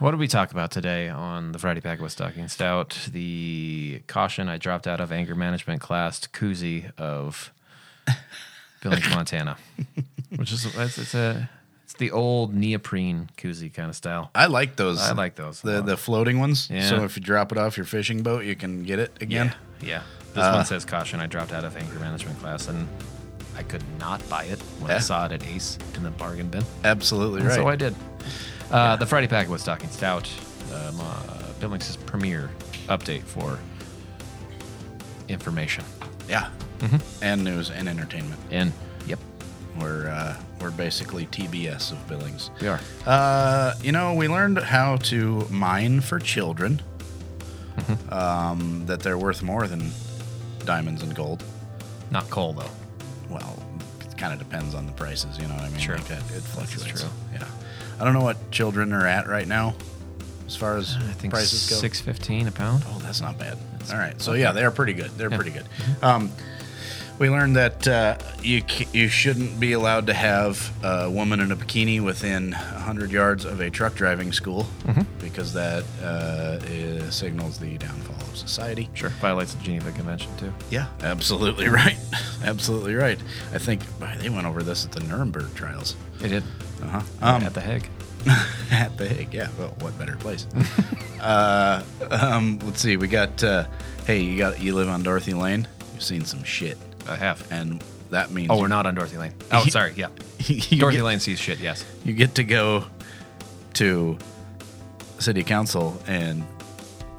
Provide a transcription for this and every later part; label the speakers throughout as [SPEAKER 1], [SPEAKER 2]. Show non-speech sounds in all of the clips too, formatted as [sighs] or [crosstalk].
[SPEAKER 1] What did we talk about today on the Friday Pack with Stocking Stout? The caution I dropped out of anger management class, koozie of Billings, Montana, which is it's, it's a it's the old neoprene koozie kind of style.
[SPEAKER 2] I like those.
[SPEAKER 1] I like those. a
[SPEAKER 2] the
[SPEAKER 1] lot.
[SPEAKER 2] the floating ones.
[SPEAKER 1] Yeah.
[SPEAKER 2] So if you drop it off your fishing boat, you can get it again.
[SPEAKER 1] yeah, yeah. This
[SPEAKER 2] Uh,
[SPEAKER 1] one says caution I dropped out of anger management class and I could not buy it when I
[SPEAKER 2] Yeah.
[SPEAKER 1] saw it at Ace in the bargain bin.
[SPEAKER 2] Absolutely right.
[SPEAKER 1] So I did. Uh, The Friday Pack with Stocking Stout, uh, my, uh, Billings' premier update for information.
[SPEAKER 2] yeah.
[SPEAKER 1] Mm-hmm.
[SPEAKER 2] And news and entertainment.
[SPEAKER 1] And yep,
[SPEAKER 2] We're uh, we're basically TBS of Billings.
[SPEAKER 1] we are.
[SPEAKER 2] Uh, you know, we learned how to mine for children.
[SPEAKER 1] Mm-hmm.
[SPEAKER 2] Um, that they're worth more than diamonds and gold.
[SPEAKER 1] Not coal though.
[SPEAKER 2] Well, it kind of depends on the prices. You know what I mean?
[SPEAKER 1] Sure.
[SPEAKER 2] Like that, it fluctuates.
[SPEAKER 1] true.
[SPEAKER 2] Yeah. I don't know what children are at right now, as far as
[SPEAKER 1] I think
[SPEAKER 2] prices go.
[SPEAKER 1] six fifteen a pound.
[SPEAKER 2] Oh, that's not bad. All right. So yeah, they are pretty good. They're pretty good. Um, we learned that uh, you c- you shouldn't be allowed to have a woman in a bikini within 100 yards of a truck driving school because that uh, is, signals the downfall of society.
[SPEAKER 1] Sure, violates the Geneva Convention too.
[SPEAKER 2] Yeah, absolutely [laughs] right. absolutely right. I think boy, they went over this at the Nuremberg trials.
[SPEAKER 1] It did
[SPEAKER 2] Uh-huh. Um,
[SPEAKER 1] at the Hague.
[SPEAKER 2] at the Hague. Yeah, well, what better place? [laughs] uh, um, let's see. We got. Uh, hey, you got. You live on Dorothy Lane. You've seen some shit,
[SPEAKER 1] I have.
[SPEAKER 2] and that means.
[SPEAKER 1] Oh, we're not on Dorothy Lane. Oh, sorry. Yeah,
[SPEAKER 2] [laughs] you
[SPEAKER 1] Dorothy
[SPEAKER 2] get,
[SPEAKER 1] Lane sees shit. Yes.
[SPEAKER 2] You get to go to city council and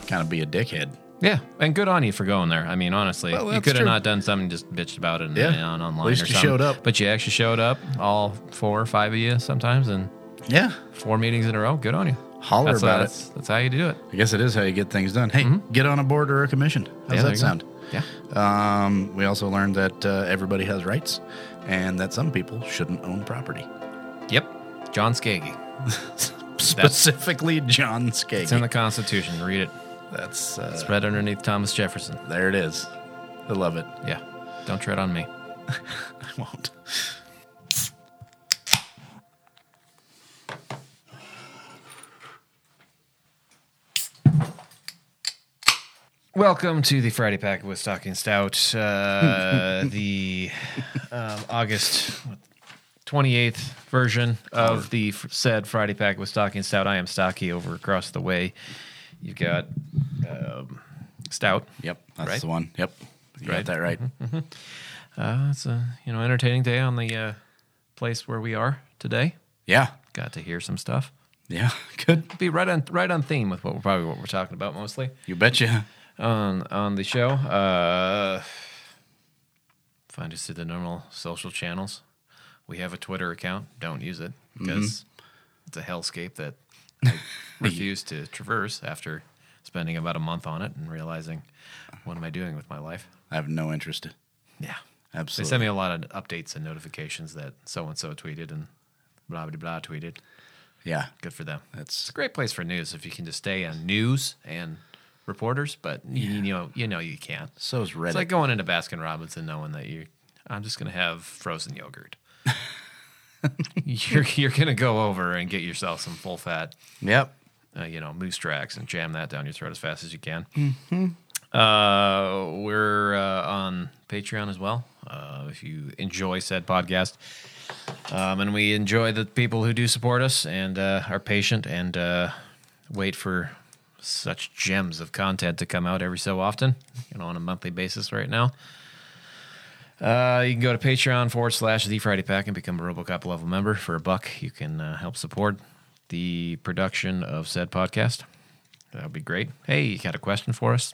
[SPEAKER 2] kind of be a dickhead.
[SPEAKER 1] Yeah, and good on you for going there. I mean, honestly,
[SPEAKER 2] Well,
[SPEAKER 1] you
[SPEAKER 2] that's
[SPEAKER 1] could have
[SPEAKER 2] true.
[SPEAKER 1] not done something just bitched about it and,
[SPEAKER 2] Yeah.
[SPEAKER 1] and on online
[SPEAKER 2] At least
[SPEAKER 1] or
[SPEAKER 2] you
[SPEAKER 1] something.
[SPEAKER 2] showed up.
[SPEAKER 1] But you actually showed up, all four or five of you sometimes, and
[SPEAKER 2] Yeah.
[SPEAKER 1] four meetings in a row. Good on you.
[SPEAKER 2] Holler
[SPEAKER 1] that's, uh,
[SPEAKER 2] about
[SPEAKER 1] that's, that's how you do it.
[SPEAKER 2] it. I guess it is how you get things done. Hey, get on a board or a commission.
[SPEAKER 1] Mm-hmm.
[SPEAKER 2] How
[SPEAKER 1] Yeah,
[SPEAKER 2] does
[SPEAKER 1] there you
[SPEAKER 2] that
[SPEAKER 1] go.
[SPEAKER 2] sound?
[SPEAKER 1] Yeah.
[SPEAKER 2] Um, we also learned that uh, everybody has rights, and that some people shouldn't
[SPEAKER 1] [laughs]
[SPEAKER 2] own property.
[SPEAKER 1] Yep. John
[SPEAKER 2] [laughs]
[SPEAKER 1] Skaggy.
[SPEAKER 2] specifically John Skaggs.
[SPEAKER 1] It's in the Constitution. Read it.
[SPEAKER 2] That's uh,
[SPEAKER 1] It's right underneath Thomas Jefferson.
[SPEAKER 2] there. It is. I love
[SPEAKER 1] [laughs]
[SPEAKER 2] it.
[SPEAKER 1] Yeah. Don't tread on me.
[SPEAKER 2] I won't.
[SPEAKER 1] Welcome to the Friday Pack with Stocking Stout. Uh, the um, August 28th version of the f- said Friday Pack with Stocking Stout. I am Stocky over across the way. You've got um, Stout.
[SPEAKER 2] Yep, that's
[SPEAKER 1] Right?
[SPEAKER 2] the one. Yep, you
[SPEAKER 1] Right. Mm-hmm.
[SPEAKER 2] got that right.
[SPEAKER 1] Uh, it's a you know entertaining day on the uh, place where we are today.
[SPEAKER 2] Yeah,
[SPEAKER 1] Got to hear some stuff.
[SPEAKER 2] yeah, [laughs] good.
[SPEAKER 1] Be right on right on theme with what we're, probably what we're talking about mostly.
[SPEAKER 2] You betcha.
[SPEAKER 1] on on the show. Uh, find us through the normal social channels. We have a Twitter account. Don't use it
[SPEAKER 2] Mm-hmm.
[SPEAKER 1] because it's a hellscape that
[SPEAKER 2] [laughs]
[SPEAKER 1] I refuse to traverse after spending about a month on it and realizing what am I doing with my life?
[SPEAKER 2] I have no interest.
[SPEAKER 1] Yeah. They
[SPEAKER 2] Absolutely.
[SPEAKER 1] send me a lot of updates and notifications that so and so tweeted and blah blah blah tweeted.
[SPEAKER 2] yeah,
[SPEAKER 1] Good for them. It's
[SPEAKER 2] that's
[SPEAKER 1] a great place for news if you can just stay on news and reporters, but you know you know you can't.
[SPEAKER 2] so is Reddit.
[SPEAKER 1] It's like going into Baskin Robbins and knowing that you, I'm just gonna have frozen yogurt. you're you're gonna go over and get yourself some full fat,
[SPEAKER 2] yep.
[SPEAKER 1] uh, you know, moose tracks and jam that down your throat as fast as you can. Uh, we're uh, on Patreon as well. Uh, if you enjoy said podcast, um, and we enjoy the people who do support us and uh, are patient and uh, wait for such gems of content to come out every so often, you know, on a monthly basis right now. Uh, you can go to Patreon forward slash The Friday Pack and become a RoboCop level member for a buck. You can uh, help support the production of said podcast. That would be great. Hey, you got a question for us?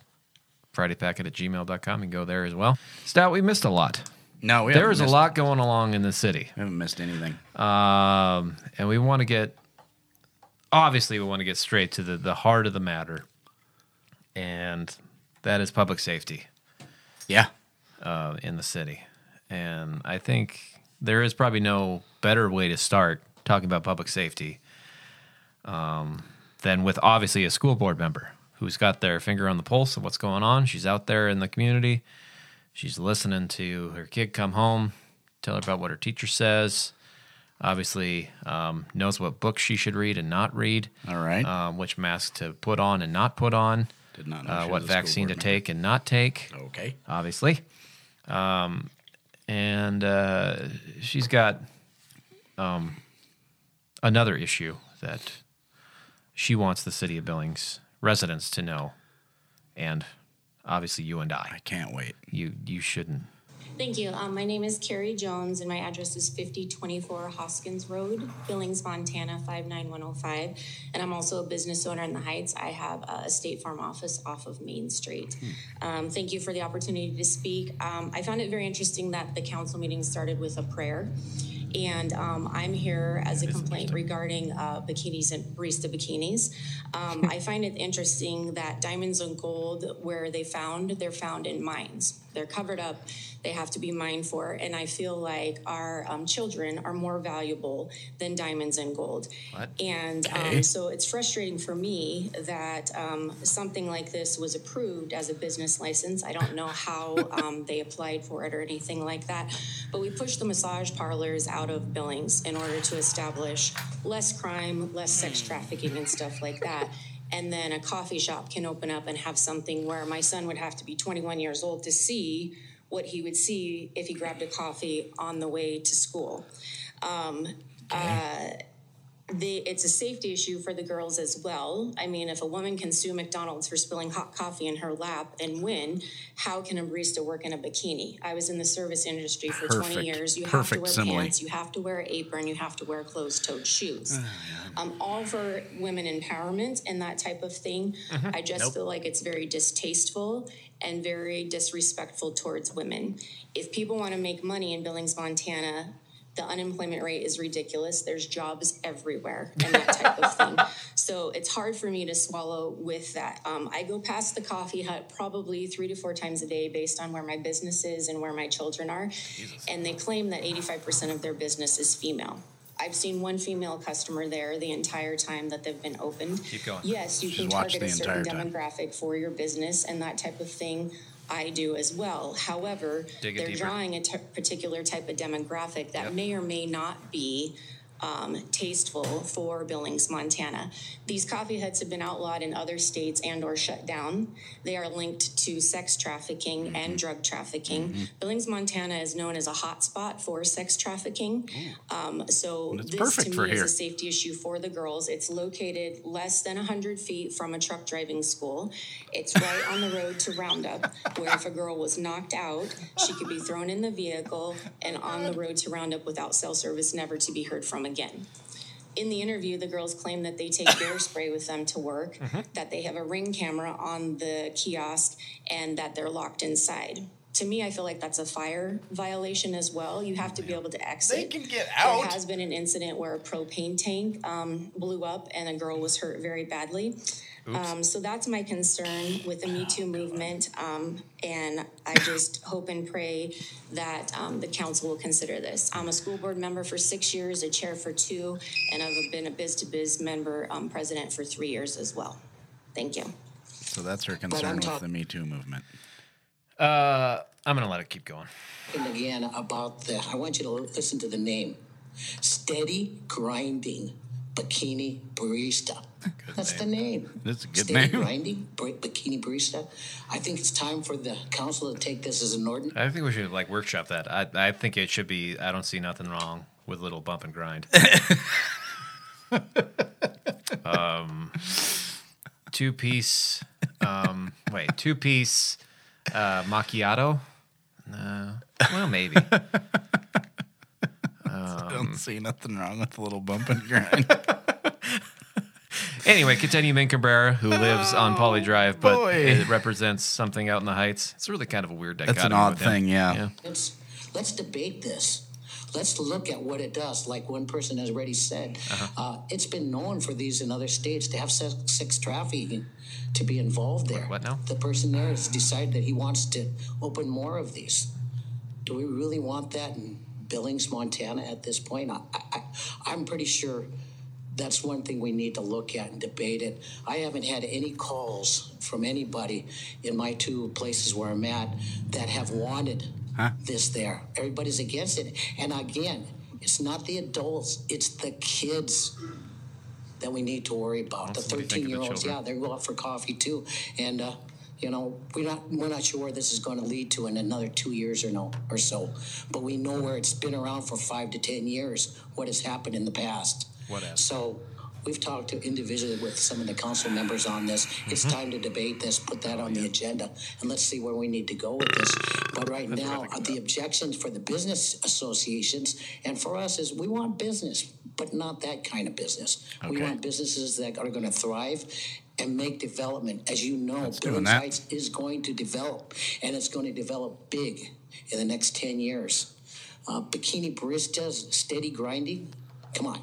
[SPEAKER 1] FridayPacket at gmail.com and go there as well. Stout, we missed a lot.
[SPEAKER 2] No, we
[SPEAKER 1] There
[SPEAKER 2] haven't
[SPEAKER 1] is a
[SPEAKER 2] missed-
[SPEAKER 1] lot going along in the city.
[SPEAKER 2] We haven't missed anything.
[SPEAKER 1] Um, and we want to get, obviously, we want to get straight to the, the heart of the matter, and that is public safety
[SPEAKER 2] yeah,
[SPEAKER 1] uh, in the city. And I think there is probably no better way to start talking about public safety um, than with obviously a school board member who's got their finger on the pulse of what's going on. She's out there in the community. She's listening to her kid come home, tell her about what her teacher says, obviously um, knows what books she should read and not read.
[SPEAKER 2] All right.
[SPEAKER 1] Um, which mask to put on and not put on.
[SPEAKER 2] Did not know she
[SPEAKER 1] Uh,
[SPEAKER 2] was
[SPEAKER 1] what
[SPEAKER 2] a school
[SPEAKER 1] vaccine to
[SPEAKER 2] board
[SPEAKER 1] take and not take
[SPEAKER 2] member. Okay.
[SPEAKER 1] obviously. Um, and uh, she's got um, another issue that she wants the city of Billings residents to know, and obviously you and I.
[SPEAKER 2] I can't wait.
[SPEAKER 1] You you shouldn't.
[SPEAKER 3] Thank you. Um, my name is Carrie Jones, and my address is 5024 Hoskins Road, Billings, Montana, 59105. And I'm also a business owner in the Heights. I have a State Farm office off of Main Street. Um, thank you for the opportunity to speak. Um, I found it very interesting that the council meeting started with a prayer. And um, I'm here as a complaint regarding uh, bikinis and barista bikinis. Um, I find it interesting that diamonds and gold, where they found, they're found in mines. They're covered up. They have to be mined for. And I feel like our um, children are more valuable than diamonds and gold. And um, so it's frustrating for me that um, something like this was approved as a business license. I don't know how um, they applied for it or anything like that, but we pushed the massage parlors out of Billings in order to establish less crime, less sex trafficking, and stuff like that. And then a coffee shop can open up and have something where my son would have to be 21 years old to see what he would see if he grabbed a coffee on the way to school the it's a safety issue for the girls as well. I mean, if a woman can sue McDonald's for spilling hot coffee in her lap and win, how can a barista work in a bikini? I was in the service industry for 20
[SPEAKER 2] Perfect.
[SPEAKER 3] years. You have to
[SPEAKER 2] Perfect
[SPEAKER 3] wear
[SPEAKER 2] simile.
[SPEAKER 3] pants, you have to wear an apron, you have to wear closed-toed shoes. um, all for women empowerment and that type of thing. I just feel like it's very distasteful and very disrespectful towards women. If people want to make money in Billings, Montana, the unemployment rate is ridiculous. There's jobs everywhere and that type of thing. So it's hard for me to swallow with that. Um, I go past the coffee hut probably three to four times a day based on where my business is and where my children are. And they claim that 85% of their business is female. I've seen one female customer there the entire time that they've been opened.
[SPEAKER 1] Keep going.
[SPEAKER 3] Yes, you can
[SPEAKER 2] watched
[SPEAKER 3] target a
[SPEAKER 2] the
[SPEAKER 3] certain
[SPEAKER 2] entire time.
[SPEAKER 3] demographic for your business and that type of thing. I do as well. However,
[SPEAKER 1] Dig it
[SPEAKER 3] they're
[SPEAKER 1] deeper.
[SPEAKER 3] drawing a t- particular type of demographic that
[SPEAKER 1] Yep.
[SPEAKER 3] may or may not be um, tasteful for Billings, Montana. These coffee huts have been outlawed in other states and/or shut down. They are linked to sex trafficking
[SPEAKER 1] Mm-hmm.
[SPEAKER 3] and drug trafficking. Billings, Montana is known as a hotspot for sex trafficking. Um, so
[SPEAKER 2] it's
[SPEAKER 3] this
[SPEAKER 2] perfect
[SPEAKER 3] to me
[SPEAKER 2] for
[SPEAKER 3] is
[SPEAKER 2] here.
[SPEAKER 3] a safety issue for the girls. It's located less than 100 feet from a truck driving school. It's right on the road to Roundup, where if a girl was knocked out, she could be thrown in the vehicle and on the road to Roundup without cell service, never to be heard from again. In the interview, the girls claim that they take bear spray with them to work,
[SPEAKER 2] Mm-hmm.
[SPEAKER 3] that they have a ring camera on the kiosk, and that they're locked inside. To me, I feel like that's a fire violation as well. You have to be able to exit.
[SPEAKER 2] They can get
[SPEAKER 3] There
[SPEAKER 2] out.
[SPEAKER 3] has been an incident where a propane tank um, blew up and a girl was hurt very badly. Um, so that's my concern with the Me Too movement. Um, and I just hope and pray that um, the council will consider this. I'm a school board member for six years, a chair for two, and I've been a biz to biz member, um, president for three years as well. Thank you.
[SPEAKER 2] So that's her concern with the Me Too movement.
[SPEAKER 1] Uh, I'm gonna let it keep going.
[SPEAKER 4] And again about the, I want you to listen to the name Steady Grinding Bikini Barista. That's the name.
[SPEAKER 2] That's a good
[SPEAKER 4] Steady
[SPEAKER 2] name.
[SPEAKER 4] Grinding Bri- Bikini Barista. I think it's time for the council to take this as an ordinance.
[SPEAKER 1] I think we should like workshop that. I I think it should be. I don't see nothing wrong with little bump and
[SPEAKER 2] [laughs]
[SPEAKER 1] grind. um, Um, two piece. Um, wait, two piece uh, macchiato. No, well maybe.
[SPEAKER 2] [laughs] I
[SPEAKER 1] Um,
[SPEAKER 2] don't see nothing wrong with a little bump and grind.
[SPEAKER 1] Anyway, continue Min Cabrera, who lives on Poly Drive, but
[SPEAKER 2] Oh, boy.
[SPEAKER 1] it represents something out in the heights. It's really kind of a weird dichotomy.
[SPEAKER 2] That's an odd
[SPEAKER 1] with him.
[SPEAKER 2] thing, yeah.
[SPEAKER 4] Let's, let's debate this. Let's look at what it does. Like one person has already said,
[SPEAKER 1] Uh-huh.
[SPEAKER 4] uh it's been known for these in other states to have sex, sex trafficking to be involved there.
[SPEAKER 1] what now?
[SPEAKER 4] The person there has decided that he wants to open more of these. Do we really want that in Billings, Montana at this point? I, I, I- I'm pretty sure that's one thing we need to look at and debate it. I haven't had any calls from anybody in my two places where I'm at that have wanted this there. Everybody's against it. And again, It's not the adults, it's the kids that we need to worry about.
[SPEAKER 1] That's
[SPEAKER 4] the
[SPEAKER 1] what we think of
[SPEAKER 4] 13
[SPEAKER 1] the
[SPEAKER 4] year olds,
[SPEAKER 1] children.
[SPEAKER 4] yeah, they go out for coffee too. And, uh, you know, we're not, we're not sure where this is going to lead to in another two years or no or so, but we know where it's been around for five to 10 years, what has happened in the past.
[SPEAKER 1] What has?
[SPEAKER 4] So we've talked to individually with some of the council members on this. It's time to debate this, put that on the agenda, and let's see where we need to go with this. But right now, uh, the objections for the business associations and for us is we want business, but not that kind of business. We
[SPEAKER 2] Okay.
[SPEAKER 4] want businesses that are going to thrive and make development. As you know,
[SPEAKER 2] doing
[SPEAKER 4] Billings
[SPEAKER 2] that.
[SPEAKER 4] Heights is going to develop, and it's going to develop big in the next 10 years. Uh, bikini baristas, steady grinding. Come on.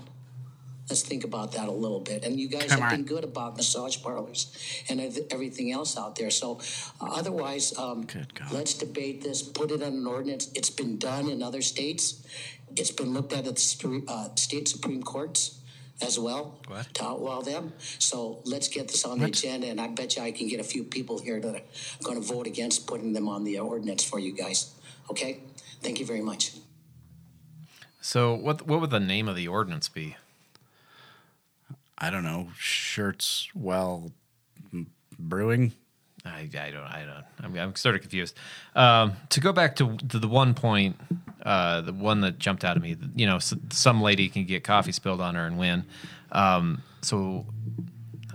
[SPEAKER 4] Let's think about that a little bit. And you guys
[SPEAKER 2] Come
[SPEAKER 4] have
[SPEAKER 2] on.
[SPEAKER 4] been good about massage parlors and ev- everything else out there. So, uh, otherwise, um,
[SPEAKER 2] Good God.
[SPEAKER 4] let's debate this, put it on an ordinance. It's been done in other states, it's been looked at at the stre- uh, state Supreme Courts as well
[SPEAKER 1] What?
[SPEAKER 4] to outlaw them. So, let's get this on the agenda, and I bet you I can get a few people here that are going to vote against putting them on the ordinance for you guys. Okay? Thank you very much.
[SPEAKER 1] So what what would the name of the ordinance be?
[SPEAKER 2] [laughs] I don't know, shirts well m- brewing.
[SPEAKER 1] I, I don't I don't I'm, I'm sort of confused. Um, to go back to, to the one point, uh, the one that jumped out at me, you know, s some lady can get coffee spilled on her and win. Um, so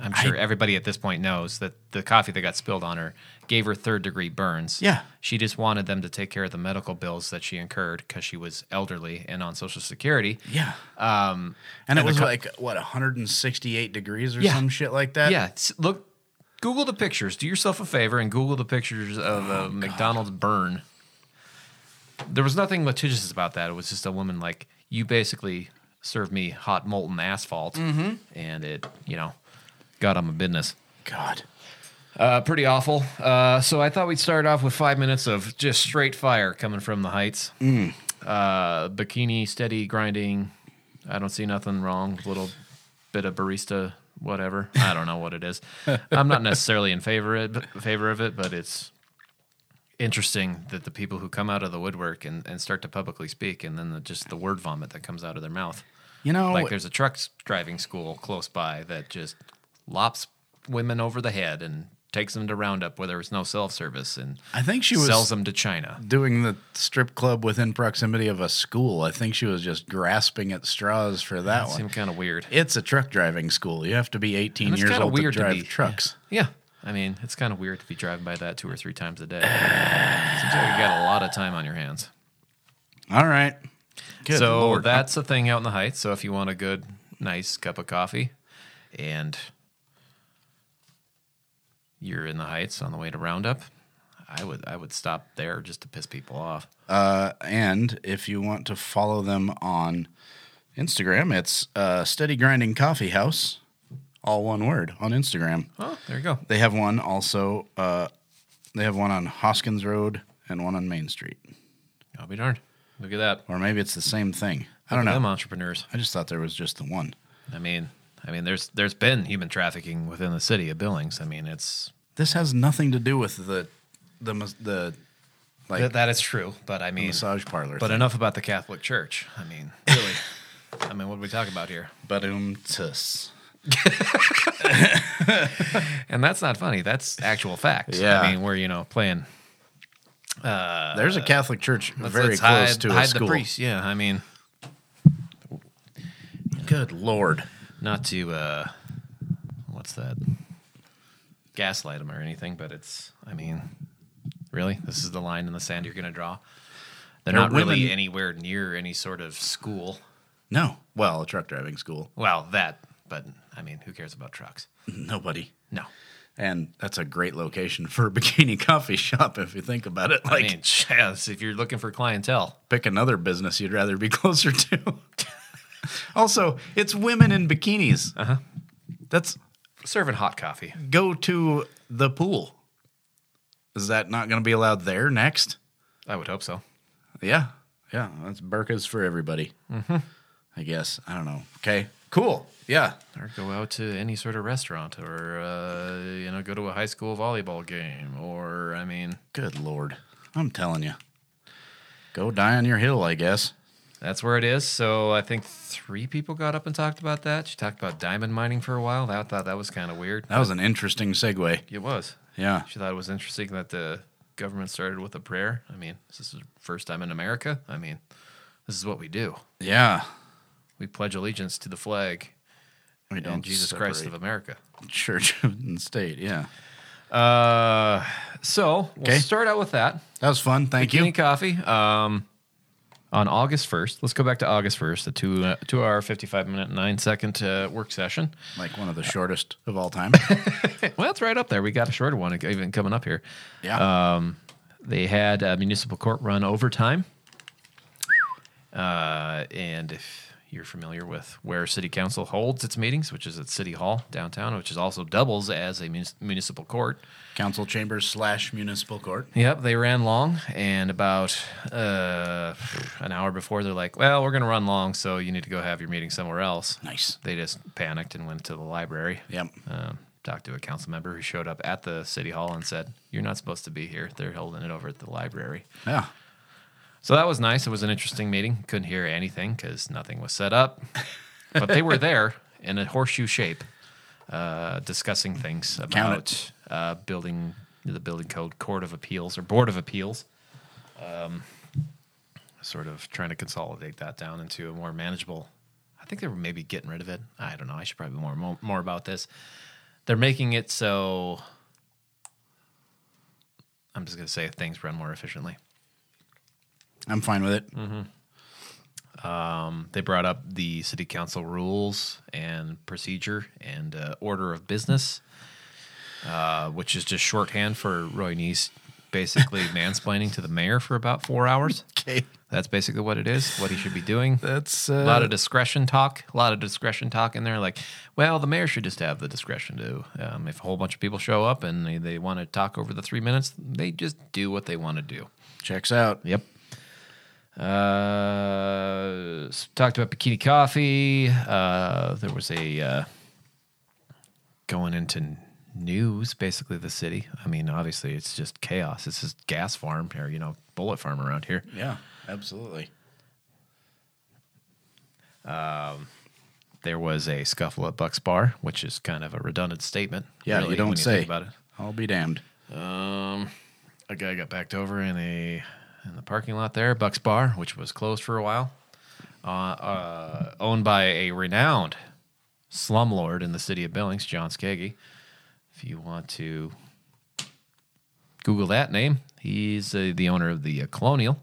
[SPEAKER 1] I'm sure everybody at this point knows that the coffee that got spilled on her gave her third degree burns.
[SPEAKER 2] Yeah.
[SPEAKER 1] she just wanted them to take care of the medical bills that she incurred because she was elderly and on Social Security.
[SPEAKER 2] Yeah. Um, and it was like what 168 degrees or
[SPEAKER 1] Yeah.
[SPEAKER 2] some shit like that.
[SPEAKER 1] Yeah, s- look, Google the pictures. Do yourself a favor and Google the pictures of a McDonald's burn. There was nothing litigious about that. It was just a woman like you basically served me hot molten asphalt, and it you know got on my business.
[SPEAKER 2] God.
[SPEAKER 1] Uh, pretty awful. Uh, so I thought we'd start off with five minutes of just straight fire coming from the heights. Uh, bikini steady grinding. I don't see nothing wrong. Little bit of barista, whatever. I don't know what it is. I'm not necessarily in favor of it, favor of it, but it's interesting that the people who come out of the woodwork and, and start to publicly speak, and then the, just the word vomit that comes out of their mouth.
[SPEAKER 2] You know,
[SPEAKER 1] Like there's a truck s- driving school close by that just lops women over the head and takes them to Roundup where there was no self service and
[SPEAKER 2] I think she was
[SPEAKER 1] sells them to China.
[SPEAKER 2] doing the strip club within proximity of a school. I think she was just grasping at straws for that one.
[SPEAKER 1] Seemed kind of weird.
[SPEAKER 2] It's a truck driving school. You have to be 18
[SPEAKER 1] And it's
[SPEAKER 2] years
[SPEAKER 1] kinda
[SPEAKER 2] old
[SPEAKER 1] weird
[SPEAKER 2] to
[SPEAKER 1] to
[SPEAKER 2] drive
[SPEAKER 1] be-
[SPEAKER 2] trucks.
[SPEAKER 1] Yeah. I mean, it's kind of weird to be driving by that two or three times a day. Seems like you got a lot of time on your hands.
[SPEAKER 2] All right. Good
[SPEAKER 1] so
[SPEAKER 2] Lord.
[SPEAKER 1] that's a thing out in the Heights. So if you want a good, nice cup of coffee and you're in the Heights on the way to Roundup, I would I would stop there just to piss people off.
[SPEAKER 2] and if you want to follow them on Instagram, it's uh, Steady Grinding Coffee House, all one word on Instagram.
[SPEAKER 1] Oh, there you go.
[SPEAKER 2] They have one also. Uh, they have one on Hoskins Road and one on Main Street,
[SPEAKER 1] I'll be darned. Look at that.
[SPEAKER 2] or maybe it's the same thing. I don't
[SPEAKER 1] Look at Them
[SPEAKER 2] know.
[SPEAKER 1] entrepreneurs.
[SPEAKER 2] I just thought there was just the one.
[SPEAKER 1] I mean, I mean, there's there's been human trafficking within the city of Billings. I mean, it's
[SPEAKER 2] This has nothing to do with the the mas- the like
[SPEAKER 1] that, that is true. But I mean,
[SPEAKER 2] massage parlor.
[SPEAKER 1] but enough about the Catholic Church. I mean, really. [laughs] I mean, what do we talk about here?
[SPEAKER 2] but um tis.
[SPEAKER 1] And that's not funny. That's actual fact.
[SPEAKER 2] Yeah.
[SPEAKER 1] I mean, we're you know playing.
[SPEAKER 2] There's a Catholic church
[SPEAKER 1] Uh, Let's,
[SPEAKER 2] very
[SPEAKER 1] let's
[SPEAKER 2] close
[SPEAKER 1] hide,
[SPEAKER 2] to a
[SPEAKER 1] hide
[SPEAKER 2] school.
[SPEAKER 1] the priest. Yeah. I mean,
[SPEAKER 2] Good lord.
[SPEAKER 1] not to uh, what's that? Gaslight them or anything, but it's. I mean, really, this is the line in the sand you're going to draw. They're
[SPEAKER 2] They're
[SPEAKER 1] not really
[SPEAKER 2] women-
[SPEAKER 1] anywhere near any sort of school.
[SPEAKER 2] No, well, a truck driving school.
[SPEAKER 1] Well, that, but I mean, who cares about trucks?
[SPEAKER 2] Nobody.
[SPEAKER 1] No.
[SPEAKER 2] And that's a great location for a [laughs] bikini coffee shop if you think about it. Like
[SPEAKER 1] I mean, [laughs] yes, if you're looking for clientele,
[SPEAKER 2] pick another business you'd rather be [laughs] closer to. also, it's women in bikinis. Uh-huh. That's
[SPEAKER 1] serving hot coffee.
[SPEAKER 2] go to the pool. Is that not going to be allowed there next?
[SPEAKER 1] I would hope so.
[SPEAKER 2] Yeah. Yeah, that's burkas for everybody.
[SPEAKER 1] Mm-hmm.
[SPEAKER 2] I guess. I don't know. Okay. Cool. Yeah.
[SPEAKER 1] Or go out to any sort of restaurant or, uh, you know, go to a high school volleyball game or, I mean,
[SPEAKER 2] Good lord. I'm telling you. Go die on your hill, I guess.
[SPEAKER 1] That's where it is. So I think three people got up and talked about that. She talked about diamond mining for a while. I thought that was kind of weird.
[SPEAKER 2] That was an interesting segue.
[SPEAKER 1] It was.
[SPEAKER 2] Yeah.
[SPEAKER 1] She thought it was interesting that the government started with a prayer. I mean, is this is the first time in America. I mean, this is what we do.
[SPEAKER 2] Yeah.
[SPEAKER 1] We pledge allegiance to the flag
[SPEAKER 2] We
[SPEAKER 1] and Jesus Christ of
[SPEAKER 2] separate
[SPEAKER 1] America.
[SPEAKER 2] [laughs] church and state. Yeah.
[SPEAKER 1] Uh, so we'll
[SPEAKER 2] Okay.
[SPEAKER 1] start out with that.
[SPEAKER 2] That was fun. Thank
[SPEAKER 1] Guinea
[SPEAKER 2] you.
[SPEAKER 1] coffee. Um, on August first, let's go back to August first, a two uh, two hour fifty five minute nine second uh, work session.
[SPEAKER 2] Like one of the shortest of
[SPEAKER 1] [laughs]
[SPEAKER 2] all time.
[SPEAKER 1] Well, it's right up there. We got a shorter one e-, even coming up here.
[SPEAKER 2] Yeah.
[SPEAKER 1] Uh, They had a municipal court run overtime. Uh, and if you're familiar with where city council holds its meetings, which is at City Hall downtown, which is also doubles as a munis- municipal court.
[SPEAKER 2] Council chambers slash municipal court.
[SPEAKER 1] Yep, they ran long, and about uh, an hour before, they're like, "Well, we're going to run long, so you need to go have your meeting somewhere else."
[SPEAKER 2] Nice.
[SPEAKER 1] They just panicked and went to the library.
[SPEAKER 2] Yep.
[SPEAKER 1] Um, talked to a council member who showed up at the city hall and said, "You're not supposed to be here. They're holding it over at the library."
[SPEAKER 2] Yeah.
[SPEAKER 1] So that was nice. It was an interesting meeting. Couldn't hear anything because nothing was set up, but they were there in a horseshoe shape, uh, discussing things about
[SPEAKER 2] Count
[SPEAKER 1] uh, building the building code, court of appeals or board of appeals. Um, sort of trying to consolidate that down into a more manageable. I think they were maybe getting rid of it. I don't know. I should probably more more, more about this. They're making it so. I'm just going to say things run more efficiently.
[SPEAKER 2] I'm fine with it.
[SPEAKER 1] Mm. They brought up the city council rules and procedure and uh, order of business, uh, which is just shorthand for Roy Neese basically mansplaining to the mayor for about four hours.
[SPEAKER 2] Okay.
[SPEAKER 1] That's basically what it is, what he should be doing.
[SPEAKER 2] That's uh,
[SPEAKER 1] a lot of discretion talk, a lot of discretion talk in there. Like, well, the mayor should just have the discretion to. Um, if a whole bunch of people show up and they, they want to talk over the three minutes, they just do what they want to do.
[SPEAKER 2] checks out.
[SPEAKER 1] Yep. Uh, s- talked about bikini coffee. Uh, there was a uh, going into news, basically the city. I mean, obviously it's just chaos. It's just gas farm or you know bullet farm around here.
[SPEAKER 2] Yeah. Absolutely.
[SPEAKER 1] There was a scuffle at Buck's Bar, which is kind of a redundant statement.
[SPEAKER 2] Yeah.
[SPEAKER 1] really,
[SPEAKER 2] you don't
[SPEAKER 1] when
[SPEAKER 2] say.
[SPEAKER 1] think about it.
[SPEAKER 2] I'll be damned.
[SPEAKER 1] Um, a guy got backed over in a in the parking lot there, Buck's Bar, which was closed for a while, uh, uh, owned by a renowned slumlord in the city of Billings, John Skaggy. If you want to Google that name, he's uh, the owner of the uh, Colonial.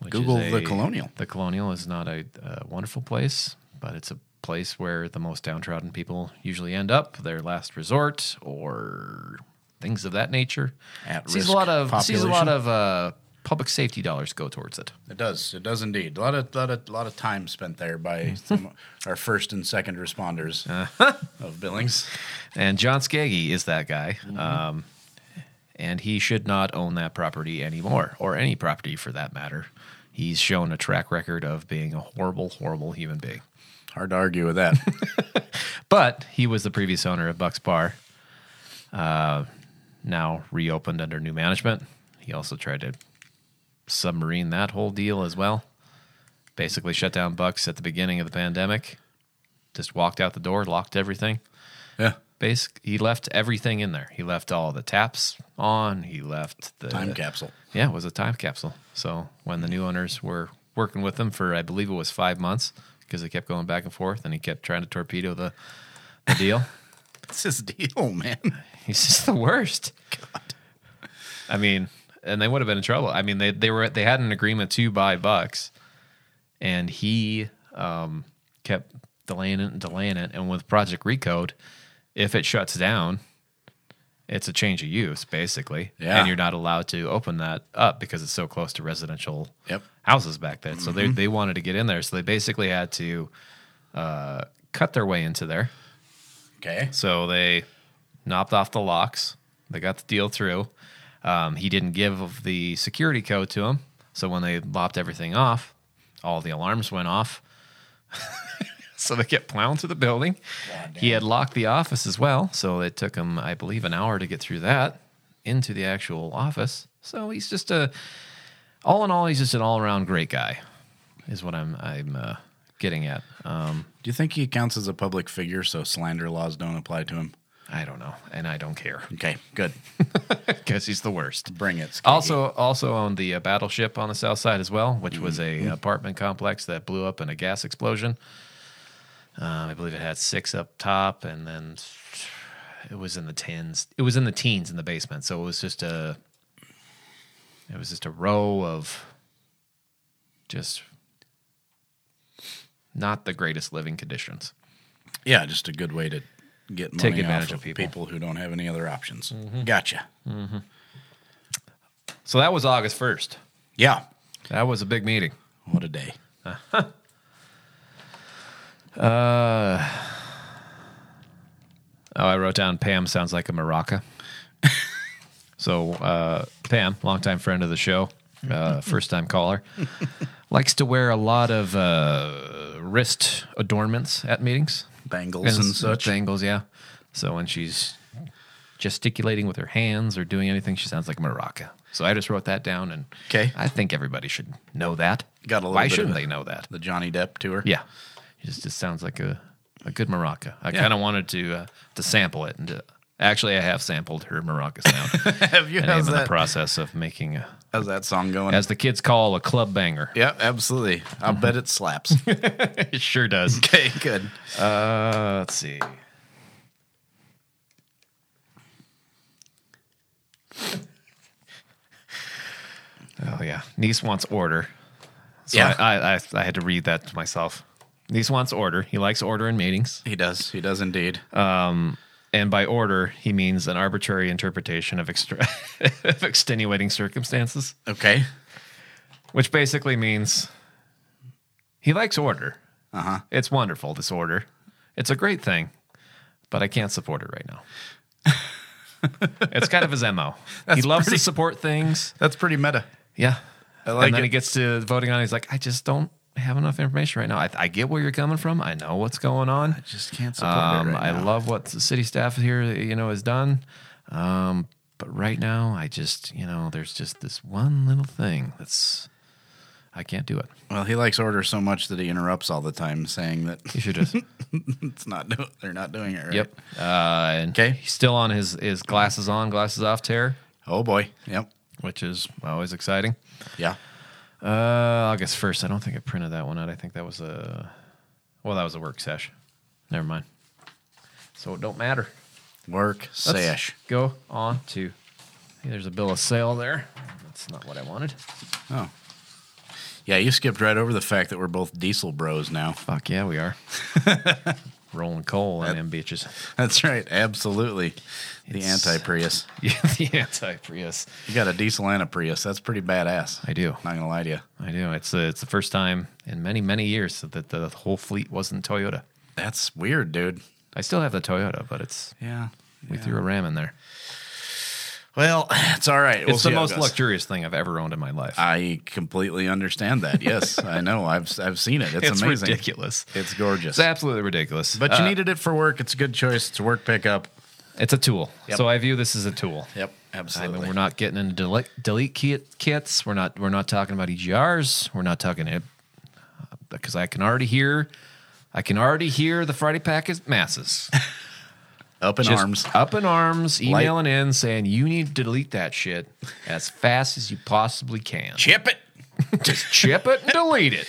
[SPEAKER 1] which is
[SPEAKER 2] Google the Colonial.
[SPEAKER 1] The Colonial is not a, uh wonderful place, but it's a place where the most downtrodden people usually end up, their last resort, or things of that nature.
[SPEAKER 2] At
[SPEAKER 1] sees
[SPEAKER 2] risk
[SPEAKER 1] a lot of sees a lot
[SPEAKER 2] population.
[SPEAKER 1] of uh, public safety dollars go towards it.
[SPEAKER 2] It does. It does indeed. A lot of lot of lot of time spent there
[SPEAKER 1] Mm.
[SPEAKER 2] by some, our first and second responders
[SPEAKER 1] Uh.
[SPEAKER 2] [laughs] of Billings.
[SPEAKER 1] And John Skaggy is that guy. Um, and he should not own that property anymore, or any property for that matter. He's shown a track record of being a horrible, horrible human being.
[SPEAKER 2] Hard to argue with
[SPEAKER 1] [laughs]
[SPEAKER 2] that.
[SPEAKER 1] But he was the previous owner of Buck's Bar, uh, now reopened under new management. He also tried to submarine that whole deal as well. Basically, shut down Bucks at the beginning of the pandemic, just walked out the door, locked everything.
[SPEAKER 2] yeah.
[SPEAKER 1] Basic, he left everything in there. He left all the taps on. He left the
[SPEAKER 2] Time capsule.
[SPEAKER 1] Yeah, it was a time capsule. So when the new owners were working with him for, I believe it was five months, because they kept going back and forth, and he kept trying to torpedo the, the deal.
[SPEAKER 2] That's his deal, man.
[SPEAKER 1] He's just the worst. I mean, and they would have been in trouble. I mean, they they were they had an agreement to buy Bucks, and he um, kept delaying it and delaying it. And with Project Recode, if it shuts down, it's a change of use basically,
[SPEAKER 2] Yeah.
[SPEAKER 1] and you're not allowed to open that up because it's so close to residential
[SPEAKER 2] Yep. Mm-hmm.
[SPEAKER 1] houses back then. So they they wanted to get in there, so they basically had to uh, cut their way into there.
[SPEAKER 2] Okay.
[SPEAKER 1] So they knopped off the locks. They got the deal through. Um, he didn't give the security code to him. So when they lopped everything off, all the alarms went off. [laughs] so they kept plowing through the building. He had locked the office as well. So it took him, I believe, an hour to get through that into the actual office. So he's just a, all in all, he's just an all around great guy. is what I'm I'm uh, getting at. Um,
[SPEAKER 2] Do you think he counts as a public figure, so slander laws don't apply to him?
[SPEAKER 1] I don't know, and I don't care [laughs]
[SPEAKER 2] Okay, good.
[SPEAKER 1] because he's the worst.
[SPEAKER 2] Bring it. Skeggy.
[SPEAKER 1] Also, also owned the uh, battleship on the south side as well, which was a apartment complex that blew up in a gas explosion. Um, I believe it had six up top, and then it was in the tens. It was in the teens in the basement, so it was just a, it was just a row of, just, not the greatest living conditions.
[SPEAKER 2] yeah, just a good way to get money
[SPEAKER 1] Take advantage
[SPEAKER 2] off
[SPEAKER 1] of people.
[SPEAKER 2] who don't have any other options.
[SPEAKER 1] Mm-hmm.
[SPEAKER 2] Gotcha.
[SPEAKER 1] So that was August first.
[SPEAKER 2] Yeah,
[SPEAKER 1] That was a big meeting.
[SPEAKER 2] what a day.
[SPEAKER 1] Oh, I wrote down Pam sounds like a maraca. [laughs] so uh, Pam, longtime friend of the show,
[SPEAKER 2] [laughs]
[SPEAKER 1] uh, first time caller, likes to wear a lot of uh, wrist adornments at meetings,
[SPEAKER 2] Bangles and, such.
[SPEAKER 1] Bangles, yeah. So when she's gesticulating with her hands or doing anything, she sounds like a maraca. So I just wrote that down, and
[SPEAKER 2] 'Kay.
[SPEAKER 1] I think everybody should know that.
[SPEAKER 2] Got a little
[SPEAKER 1] Why
[SPEAKER 2] bit of
[SPEAKER 1] shouldn't
[SPEAKER 2] a-
[SPEAKER 1] they know that?
[SPEAKER 2] The Johnny Depp tour.
[SPEAKER 1] Yeah, it just, just sounds like a, a good maraca. I kind of wanted to uh, to sample it, and to, actually, I have sampled her maraca sound.
[SPEAKER 2] [laughs] [laughs] have you?
[SPEAKER 1] and I'm
[SPEAKER 2] How's
[SPEAKER 1] in the
[SPEAKER 2] that,
[SPEAKER 1] process of making, a,
[SPEAKER 2] how's that song going?
[SPEAKER 1] as the kids call, a club banger.
[SPEAKER 2] [laughs] yeah, absolutely. I'll
[SPEAKER 1] Mm-hmm.
[SPEAKER 2] bet
[SPEAKER 1] [laughs]
[SPEAKER 2] it slaps.
[SPEAKER 1] It sure does.
[SPEAKER 2] okay, good.
[SPEAKER 1] Uh, let's see. Oh yeah, niece wants order. So
[SPEAKER 2] Yeah.
[SPEAKER 1] I, I, I I had to read that to myself. Niece wants order. He likes order in meetings.
[SPEAKER 2] He does. He does indeed.
[SPEAKER 1] Uh, and by order he means an arbitrary interpretation of, extra- [laughs] of extenuating circumstances
[SPEAKER 2] okay.
[SPEAKER 1] which basically means he likes order uh-huh it's wonderful this order it's a great thing but i can't support it right now
[SPEAKER 2] [laughs]
[SPEAKER 1] it's kind of his mo he
[SPEAKER 2] That's
[SPEAKER 1] loves
[SPEAKER 2] pretty-
[SPEAKER 1] to support things
[SPEAKER 2] That's pretty meta.
[SPEAKER 1] yeah
[SPEAKER 2] like
[SPEAKER 1] and then
[SPEAKER 2] it.
[SPEAKER 1] he gets to voting on it, he's like i just don't have enough information right now I, I get where you're coming from i know what's going on
[SPEAKER 2] Just can't support
[SPEAKER 1] um,
[SPEAKER 2] it right
[SPEAKER 1] I
[SPEAKER 2] now.
[SPEAKER 1] love what the city staff here, you know, has done. Um, but right now, I just, you know, there's just this one little thing that's I can't do it.
[SPEAKER 2] Well, he likes order so much that he interrupts all the time, saying that [laughs]
[SPEAKER 1] You should just,
[SPEAKER 2] it's not do- they're not doing it right.
[SPEAKER 1] yep. Uh, and
[SPEAKER 2] 'Kay.
[SPEAKER 1] he's still on his his glasses on, glasses off tear,
[SPEAKER 2] Oh boy. Yep.
[SPEAKER 1] which is always exciting.
[SPEAKER 2] Yeah.
[SPEAKER 1] Uh, August first. I don't think I printed that one out. I think that was a well, that was a work sesh. Never mind. So it don't matter.
[SPEAKER 2] Work
[SPEAKER 1] Let's
[SPEAKER 2] sash.
[SPEAKER 1] Go on to. Hey, there's a bill of sale there. That's not what I wanted.
[SPEAKER 2] Oh. Yeah, you skipped right over the fact that we're both diesel bros now. [laughs]
[SPEAKER 1] Fuck yeah, we are. Rolling coal on them bitches.
[SPEAKER 2] That's right. Absolutely. The
[SPEAKER 1] It's-
[SPEAKER 2] anti Prius.
[SPEAKER 1] [laughs] Yeah, the anti Prius.
[SPEAKER 2] You got a diesel and a Prius. That's pretty badass.
[SPEAKER 1] I do.
[SPEAKER 2] Not gonna lie to you.
[SPEAKER 1] I do. It's uh it's the first time in many many years that the, the whole fleet wasn't Toyota.
[SPEAKER 2] That's weird, dude.
[SPEAKER 1] I still have the Toyota, but it's
[SPEAKER 2] Yeah.
[SPEAKER 1] we threw a Ram in there.
[SPEAKER 2] Well, it's all right. We'll
[SPEAKER 1] it's
[SPEAKER 2] see
[SPEAKER 1] the
[SPEAKER 2] how it
[SPEAKER 1] most
[SPEAKER 2] goes. Ah,
[SPEAKER 1] luxurious thing I've ever owned in my life.
[SPEAKER 2] I completely understand that. Yes,
[SPEAKER 1] [laughs]
[SPEAKER 2] I know. I've I've seen it. It's,
[SPEAKER 1] it's
[SPEAKER 2] amazing.
[SPEAKER 1] ridiculous.
[SPEAKER 2] It's gorgeous.
[SPEAKER 1] It's absolutely ridiculous.
[SPEAKER 2] But you
[SPEAKER 1] Uh,
[SPEAKER 2] needed it for work. It's a good choice. It's a work pickup.
[SPEAKER 1] it's a tool.
[SPEAKER 2] Yep.
[SPEAKER 1] So I view this as a tool.
[SPEAKER 2] Yep,
[SPEAKER 1] I mean,
[SPEAKER 2] absolutely.
[SPEAKER 1] we're not getting into delete, delete kit, kits. We're not. We're not talking about EGRs. We're not talking it because I can already hear. I can already hear the Friday packet
[SPEAKER 2] [laughs]
[SPEAKER 1] masses
[SPEAKER 2] up in
[SPEAKER 1] Just
[SPEAKER 2] arms.
[SPEAKER 1] up in arms, emailing in saying you need to delete that shit as fast as you possibly can.
[SPEAKER 2] Chip it,
[SPEAKER 1] Just chip it and delete it,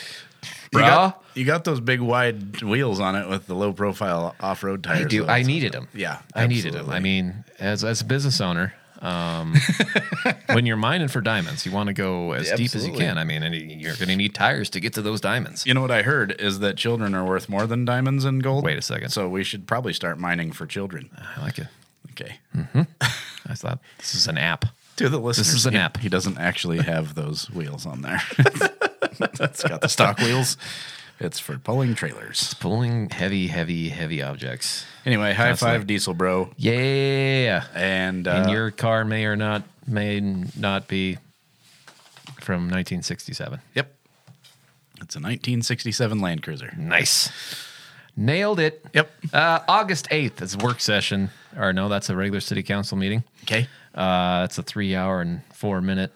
[SPEAKER 2] you
[SPEAKER 1] bruh.
[SPEAKER 2] got, you got those big wide wheels on it with the low profile off road
[SPEAKER 1] I
[SPEAKER 2] tires.
[SPEAKER 1] do.
[SPEAKER 2] so
[SPEAKER 1] I
[SPEAKER 2] it's-
[SPEAKER 1] needed them.
[SPEAKER 2] Yeah,
[SPEAKER 1] I needed them.
[SPEAKER 2] absolutely.
[SPEAKER 1] I mean, as as a business owner, um, [laughs] when you're mining for diamonds, you want to go as deep as you
[SPEAKER 2] Absolutely.
[SPEAKER 1] can. I mean, and you're going to need tires to get to those diamonds.
[SPEAKER 2] You know what I heard is that children are worth more than diamonds and gold.
[SPEAKER 1] Wait a second.
[SPEAKER 2] So we should probably start mining for children.
[SPEAKER 1] I like it.
[SPEAKER 2] Okay.
[SPEAKER 1] I thought this is an app.
[SPEAKER 2] To the listeners,
[SPEAKER 1] Hmm. is an
[SPEAKER 2] he,
[SPEAKER 1] app.
[SPEAKER 2] He doesn't actually have those wheels
[SPEAKER 1] [laughs]
[SPEAKER 2] on there. it's got the stock wheels. It's for pulling trailers.
[SPEAKER 1] Pulling heavy, heavy, heavy objects.
[SPEAKER 2] Anyway, high
[SPEAKER 1] Constantly.
[SPEAKER 2] five, Diesel Bro,
[SPEAKER 1] Yeah.
[SPEAKER 2] and, uh,
[SPEAKER 1] and your car may or not may not be from 1967.
[SPEAKER 2] Yep. It's a 1967 Land
[SPEAKER 1] Hmm.
[SPEAKER 2] Cruiser.
[SPEAKER 1] Nice. Nailed it.
[SPEAKER 2] Yep.
[SPEAKER 1] Uh, August 8th is work session. Or no, that's a regular city council meeting.
[SPEAKER 2] Okay.
[SPEAKER 1] Uh, it's a three hour and four minute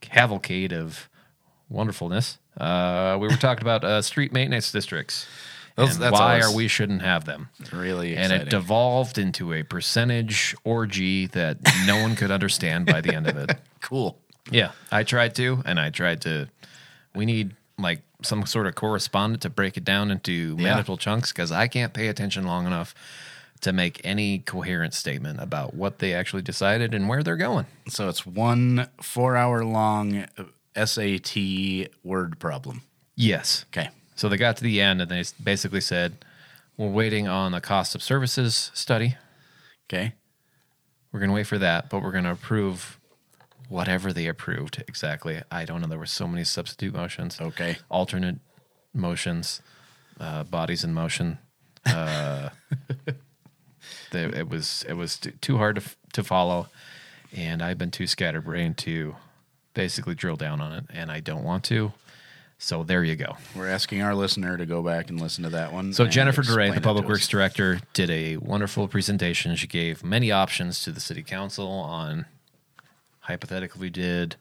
[SPEAKER 1] cavalcade of wonderfulness. Uh, we were talking about uh, street maintenance districts.
[SPEAKER 5] Those-
[SPEAKER 1] and
[SPEAKER 5] that's
[SPEAKER 1] why
[SPEAKER 5] always-
[SPEAKER 1] are we shouldn't have them?
[SPEAKER 5] Really
[SPEAKER 1] and
[SPEAKER 5] exciting.
[SPEAKER 1] it devolved into a percentage orgy that no one could understand by the end of
[SPEAKER 5] [laughs]
[SPEAKER 1] it.
[SPEAKER 5] cool.
[SPEAKER 1] Yeah, I tried to, and I tried to. We need like some sort of correspondent to break it down into manageable chunks because I can't pay attention long enough to make any coherent statement about what they actually decided and where they're going.
[SPEAKER 2] So it's one four hour long SAT word problem.
[SPEAKER 1] Yes.
[SPEAKER 2] Okay.
[SPEAKER 1] So they got to the end and they s- basically said, "We're waiting on a cost of services study.
[SPEAKER 2] Okay.
[SPEAKER 1] We're going to wait for that, but we're going to approve whatever they approved exactly. I don't know. There were so many substitute motions.
[SPEAKER 2] Okay.
[SPEAKER 1] alternate motions, uh, bodies in motion. Uh, they, it was it was t- too hard to, f- to follow, and I've been too scatterbrained to basically drill down on it, and I don't want to. So there you go.
[SPEAKER 2] We're asking our listener to go back and listen to that one.
[SPEAKER 1] So
[SPEAKER 2] and
[SPEAKER 1] Jennifer Duray,
[SPEAKER 2] explain
[SPEAKER 1] the
[SPEAKER 2] it
[SPEAKER 1] Public
[SPEAKER 2] to us.
[SPEAKER 1] Works Director, did a wonderful presentation. She gave many options to the City Council on hypothetically we did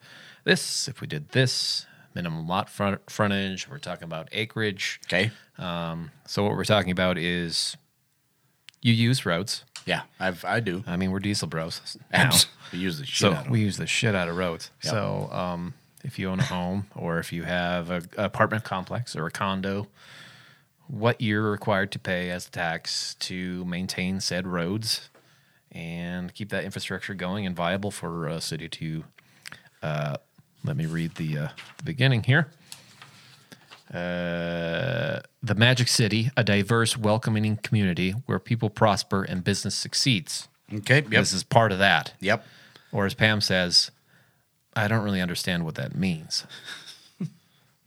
[SPEAKER 1] this, if we did this, minimum lot front, frontage. We're talking about acreage.
[SPEAKER 2] Okay.
[SPEAKER 1] So what we're talking about is you use roads.
[SPEAKER 2] Yeah, I've I do.
[SPEAKER 1] I mean, we're diesel bros now.
[SPEAKER 2] Abs- We use the shit
[SPEAKER 1] So
[SPEAKER 2] out of
[SPEAKER 1] we use the shit out of roads. So um, if you own a home or if you have a a apartment complex or a condo, what you're required to pay as a tax to maintain said roads and keep that infrastructure going and viable for a city to. Uh, let me read the, uh, the beginning here. Uh, the Magic City, a diverse, welcoming community where people prosper and business succeeds.
[SPEAKER 2] them. Okay. Yep.
[SPEAKER 1] This is part of that.
[SPEAKER 2] yep.
[SPEAKER 1] Or as Pam says, I don't really understand what that means [laughs]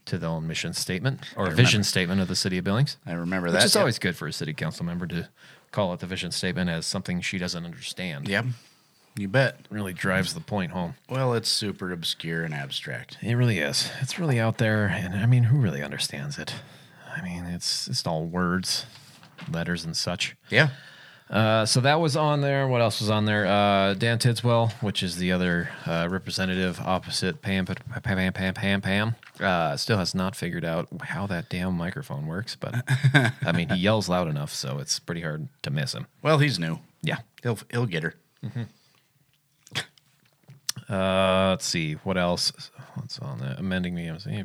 [SPEAKER 1] to the own mission statement or vision statement of the city of Billings.
[SPEAKER 2] I remember
[SPEAKER 1] Which
[SPEAKER 2] that.
[SPEAKER 1] is
[SPEAKER 2] Yep.
[SPEAKER 1] always good for a city council member to call it the vision statement as something she doesn't understand.
[SPEAKER 2] Yep. You bet.
[SPEAKER 1] Really drives the point home.
[SPEAKER 2] Well, it's super obscure and abstract.
[SPEAKER 1] It really is. It's really out there, and I mean, who really understands it? I mean, it's it's all words, letters, and such.
[SPEAKER 2] Yeah.
[SPEAKER 1] Uh, so that was on there. What else was on there? Uh, Dan Tidswell, which is the other uh, representative opposite Pam, Pam, Pam, Pam, Pam, Pam, uh, still has not figured out how that damn microphone works. But I mean, he yells loud enough, so it's pretty hard to miss him.
[SPEAKER 2] Well, he's new.
[SPEAKER 1] Yeah.
[SPEAKER 2] He'll he'll get her.
[SPEAKER 1] Uh, let's see what else. What's on that? Amending the MC.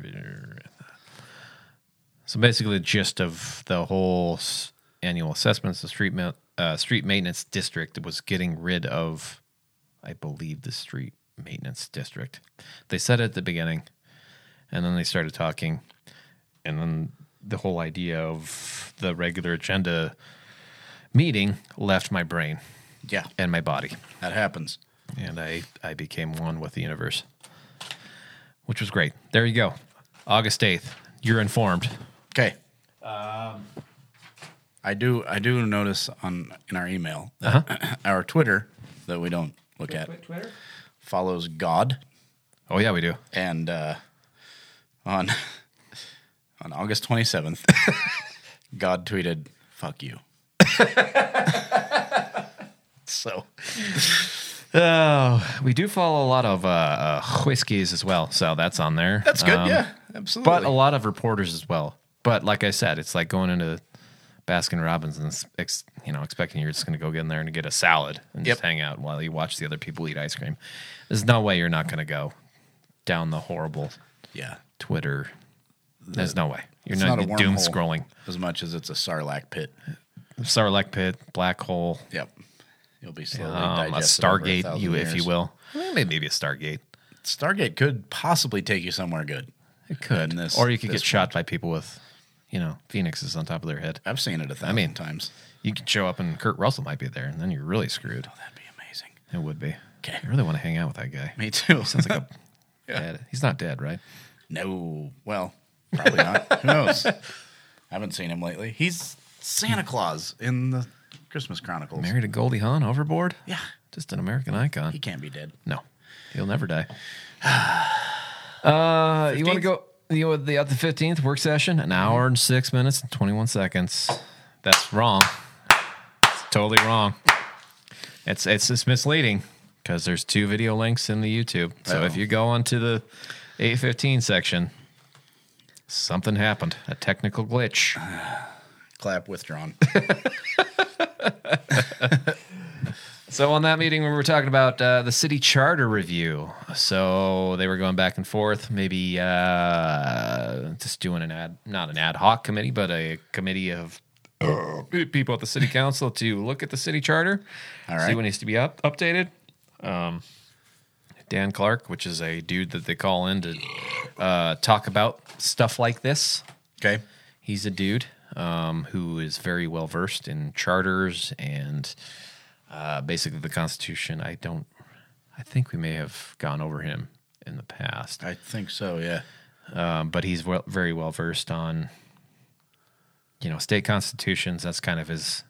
[SPEAKER 1] So basically, the gist of the whole s- annual assessments, the street ma- uh, street maintenance district was getting rid of, I believe, the street maintenance district. They said it at the beginning, and then they started talking, and then the whole idea of the regular agenda meeting left my brain
[SPEAKER 2] Yeah.
[SPEAKER 1] and my body
[SPEAKER 2] That happens.
[SPEAKER 1] and I, I became one with the universe, which was great. There you go. August 8th. You're informed.
[SPEAKER 2] Okay. Um, I do I do notice on in our email
[SPEAKER 1] Uh-huh.
[SPEAKER 2] [clears throat] our Twitter that we don't look at Twitter follows God
[SPEAKER 1] Oh, yeah, we do.
[SPEAKER 2] and uh, on [laughs] on August twenty seventh, [laughs] God tweeted "fuck you." [laughs] so
[SPEAKER 1] Oh, we do follow a lot of uh, uh, whiskeys as well. So that's on there.
[SPEAKER 2] that's good.
[SPEAKER 1] Um,
[SPEAKER 2] yeah, absolutely.
[SPEAKER 1] But a lot of reporters as well. But like I said, it's like going into Baskin Robbins and, ex, you know, expecting you're just going to go get in there and get a salad and just
[SPEAKER 2] Yep.
[SPEAKER 1] hang out while you watch the other people eat ice cream. There's no way you're not going to go down the horrible
[SPEAKER 2] yeah,
[SPEAKER 1] Twitter. There's no way. You're
[SPEAKER 2] it's
[SPEAKER 1] not,
[SPEAKER 2] not a
[SPEAKER 1] doom
[SPEAKER 2] wormhole.
[SPEAKER 1] scrolling.
[SPEAKER 2] as much as it's a sarlacc pit.
[SPEAKER 1] Sarlacc pit, black hole,
[SPEAKER 2] Yep, you'll be slowly
[SPEAKER 1] um, a
[SPEAKER 2] digested over
[SPEAKER 1] Stargate,
[SPEAKER 2] thousand
[SPEAKER 1] you if you
[SPEAKER 2] years.
[SPEAKER 1] will. Maybe, maybe a Stargate.
[SPEAKER 2] Stargate could possibly take you somewhere good.
[SPEAKER 1] It could,
[SPEAKER 2] And this-
[SPEAKER 1] or you could
[SPEAKER 2] this
[SPEAKER 1] get shot by people with, you know, phoenixes on top of their head.
[SPEAKER 2] I've seen it a thousand
[SPEAKER 1] mean-
[SPEAKER 2] times.
[SPEAKER 1] You could show up and Kurt Russell might be there, and then you're really screwed.
[SPEAKER 2] Oh, That'd be
[SPEAKER 1] [laughs]
[SPEAKER 2] amazing.
[SPEAKER 1] It would be.
[SPEAKER 2] Okay.
[SPEAKER 1] I really want to hang out with that guy.
[SPEAKER 2] Me too.
[SPEAKER 1] Sounds
[SPEAKER 2] [laughs]
[SPEAKER 1] like a dead. He's not dead, right?
[SPEAKER 2] no. Well, probably not.
[SPEAKER 1] [laughs]
[SPEAKER 2] Who knows? I haven't seen him lately. He's Santa Claus in the Christmas Chronicles.
[SPEAKER 1] Married to Goldie Hawn overboard.
[SPEAKER 2] Yeah.
[SPEAKER 1] Just an American icon.
[SPEAKER 2] He can't be dead.
[SPEAKER 1] No, he'll never die. [sighs] Uh, you want to
[SPEAKER 2] 15th?
[SPEAKER 1] go? You know, the the fifteenth work session, an hour and six minutes and twenty one seconds. That's wrong. It's totally wrong. It's it's just misleading because there's two video links in the YouTube. So
[SPEAKER 2] Oh.
[SPEAKER 1] if you go onto the eight fifteen section, Something happened. A technical glitch. [laughs]
[SPEAKER 2] Clap withdrawn.
[SPEAKER 1] So on that meeting, we were talking about uh, the city charter review. So they were going back and forth, maybe uh, just doing an ad, not an ad hoc committee, but a committee of uh, people at the city council to look at the city charter,
[SPEAKER 2] All
[SPEAKER 1] see
[SPEAKER 2] right.
[SPEAKER 1] what needs to be up, updated. Um, Dan Clark, which is a dude that they call in to uh, talk about stuff like this,
[SPEAKER 2] Okay.
[SPEAKER 1] He's a dude um, who is very well versed in charters and uh, basically the Constitution. I don't. I think we may have gone over him in the past,
[SPEAKER 2] I think so, yeah. [laughs]
[SPEAKER 1] um, but he's well, very well versed on, you know, state constitutions. That's kind of his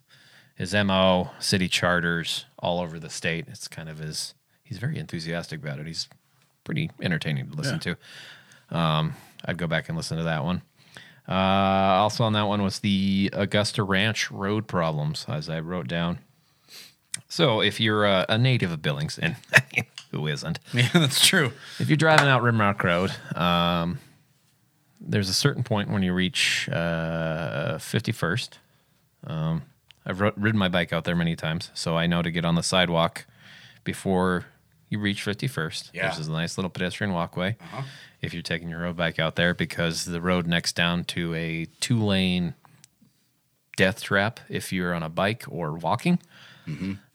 [SPEAKER 1] his mo. City charters all over the state. It's kind of his. He's very enthusiastic about it. He's pretty entertaining to listen
[SPEAKER 2] Yeah.
[SPEAKER 1] to. Um, I'd go back and listen to that one. Uh, also on that one was the Augusta Ranch road problems, as I wrote down. So if you're a, a native of Billings, and [laughs] who isn't,
[SPEAKER 2] Yeah, that's true.
[SPEAKER 1] if you're driving out Rimrock Road, um, there's a certain point when you reach uh, 51st. Um, I've ro- ridden my bike out there many times, so I know to get on the sidewalk before you reach 51st.
[SPEAKER 2] Yeah.
[SPEAKER 1] There's a nice little pedestrian walkway if you're taking your road bike out there because the road next down to a two lane death trap if you're on a bike or walking.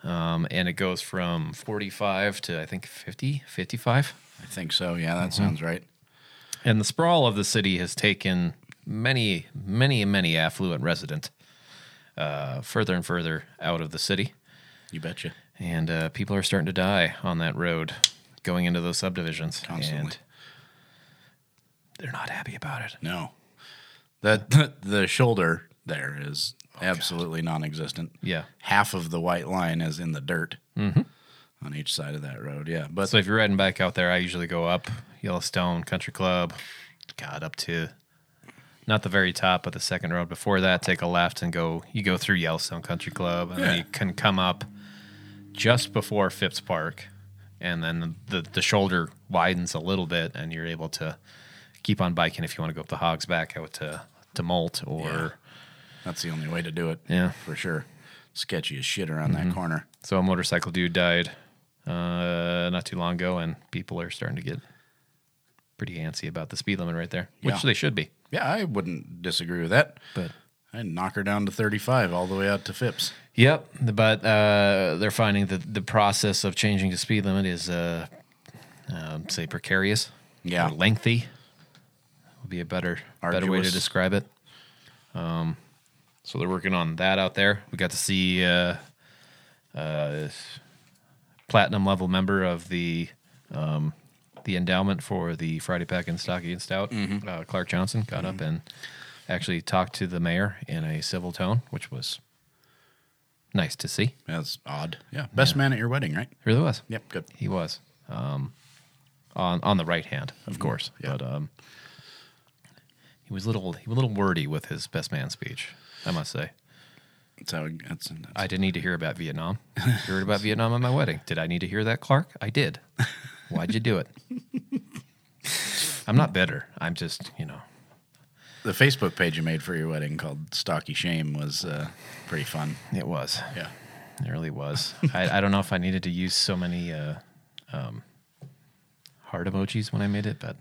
[SPEAKER 1] Um, and it goes from 45 to I think 50, 55.
[SPEAKER 2] I think so. Yeah, that
[SPEAKER 1] Mm-hmm.
[SPEAKER 2] sounds right.
[SPEAKER 1] And the sprawl of the city has taken many, many, many affluent resident uh, further and further out of the city,
[SPEAKER 2] You betcha.
[SPEAKER 1] and uh, people are starting to die on that road, going into those subdivisions,
[SPEAKER 2] Constantly.
[SPEAKER 1] and they're not happy about it.
[SPEAKER 2] No. That [laughs] the shoulder there is absolutely non-existent.
[SPEAKER 1] Oh, Yeah. Mm-hmm.
[SPEAKER 2] Half of the white line is in the dirt on each side of that road. Yeah, but
[SPEAKER 1] So if you're riding back out there, I usually go up Yellowstone Country Club, God, up to not the very top, but the second road before that. Take a left and go. You go through Yellowstone Country Club, and then
[SPEAKER 2] Yeah.
[SPEAKER 1] you can come up just before Phipps Park, and then the, the the shoulder widens a little bit, and you're able to keep on biking if you want to go up the Hogs back out to to Molt or.
[SPEAKER 2] that's the only way to do it.
[SPEAKER 1] Yeah. Mm-hmm.
[SPEAKER 2] for sure. Sketchy as shit around that corner.
[SPEAKER 1] So a motorcycle dude died uh, not too long ago, and people are starting to get pretty antsy about the speed limit right there,
[SPEAKER 2] Yeah.
[SPEAKER 1] which they should be.
[SPEAKER 2] Yeah, I wouldn't disagree with that.
[SPEAKER 1] But
[SPEAKER 2] I'd knock her down to 35 all the way out to Phipps.
[SPEAKER 1] yep, but uh, they're finding that the process of changing the speed limit is, uh, um say, precarious.
[SPEAKER 2] Yeah.
[SPEAKER 1] or lengthy would be a better better way to
[SPEAKER 2] Arduous.
[SPEAKER 1] describe it. Um, so they're working on that out there. We got to see uh, uh, platinum level member of the um, the endowment for the Friday Pack and Stocky and Stout, uh, Clark Johnson, got up and actually talked to the mayor in a civil tone, which was nice to see.
[SPEAKER 2] That's odd. Yeah, best man at your wedding, right?
[SPEAKER 1] It really was.
[SPEAKER 2] Yep, good.
[SPEAKER 1] He was um, on on the right hand, of course.
[SPEAKER 2] Yeah.
[SPEAKER 1] But um, he was little he was a little wordy with his best man speech. I must say,
[SPEAKER 2] That's how. It, that's, that's
[SPEAKER 1] I didn't need to hear about [laughs] Vietnam. I heard about Vietnam at my wedding. Did I need to hear that, Clark? I did. Why'd you do [laughs] it? I'm not bitter. I'm just you know.
[SPEAKER 2] the Facebook page you made for your wedding called Stocky Shame was uh, pretty fun.
[SPEAKER 1] It was.
[SPEAKER 2] Yeah,
[SPEAKER 1] It really was. I, I don't know if I needed to use so many uh, um, heart emojis when I made it, but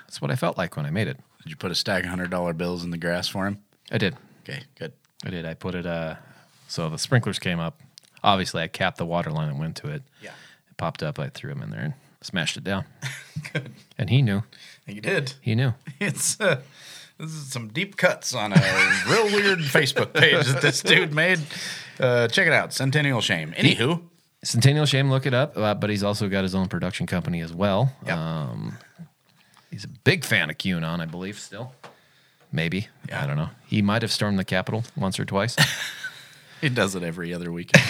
[SPEAKER 1] that's what I felt like when I made it.
[SPEAKER 2] did you put a stack of hundred dollar bills in the grass for him?
[SPEAKER 1] I did.
[SPEAKER 2] Okay, good.
[SPEAKER 1] I did. I put it. Uh, so the sprinklers came up. Obviously, I capped the water line and went to it.
[SPEAKER 2] Yeah.
[SPEAKER 1] It popped up. I threw him in there and smashed it
[SPEAKER 2] [laughs]
[SPEAKER 1] down. And he knew.
[SPEAKER 2] You did. [laughs]
[SPEAKER 1] He knew.
[SPEAKER 2] It's uh, this is some deep cuts on a real [laughs] weird Facebook page that this dude made. Uh, check it out, Centennial Shame. Anywho,
[SPEAKER 1] Centennial Shame, look it up. Uh, but he's also got his own production company as well.
[SPEAKER 2] Yep.
[SPEAKER 1] Um, he's a big fan of QAnon, I believe. Still, maybe. I don't know. He might have stormed the Capitol once or
[SPEAKER 2] [laughs]
[SPEAKER 1] twice.
[SPEAKER 2] he does it every other weekend.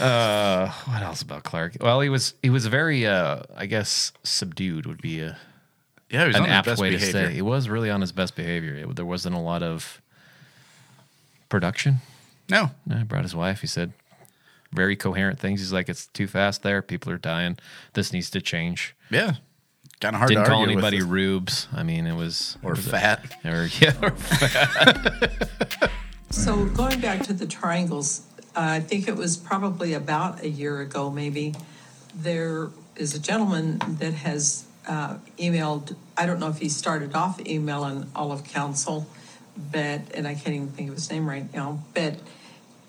[SPEAKER 1] what else about Clark? Well, he was he was very, uh, I guess, subdued would be a
[SPEAKER 2] [laughs] Yeah, he was
[SPEAKER 1] an
[SPEAKER 2] on his
[SPEAKER 1] apt
[SPEAKER 2] best
[SPEAKER 1] way
[SPEAKER 2] behavior.
[SPEAKER 1] to stay. It was really on his best behavior. It, there wasn't a lot of production.
[SPEAKER 2] No,
[SPEAKER 1] No, he brought his wife. He said very coherent things. He's like, "It's too fast there. People are dying. This needs to change."
[SPEAKER 2] yeah, kind of hard
[SPEAKER 1] Didn't
[SPEAKER 2] to
[SPEAKER 1] call
[SPEAKER 2] argue
[SPEAKER 1] [laughs]
[SPEAKER 2] with
[SPEAKER 1] anybody
[SPEAKER 2] this-
[SPEAKER 1] rubes. I mean, it was
[SPEAKER 2] or fat.
[SPEAKER 1] [laughs] or yeah, or
[SPEAKER 5] So going back to the triangles, uh, I think it was probably about a year ago, maybe. There is a gentleman that has uh, emailed. I don't know if he started off emailing all of council, but and I can't even think of his name right now. But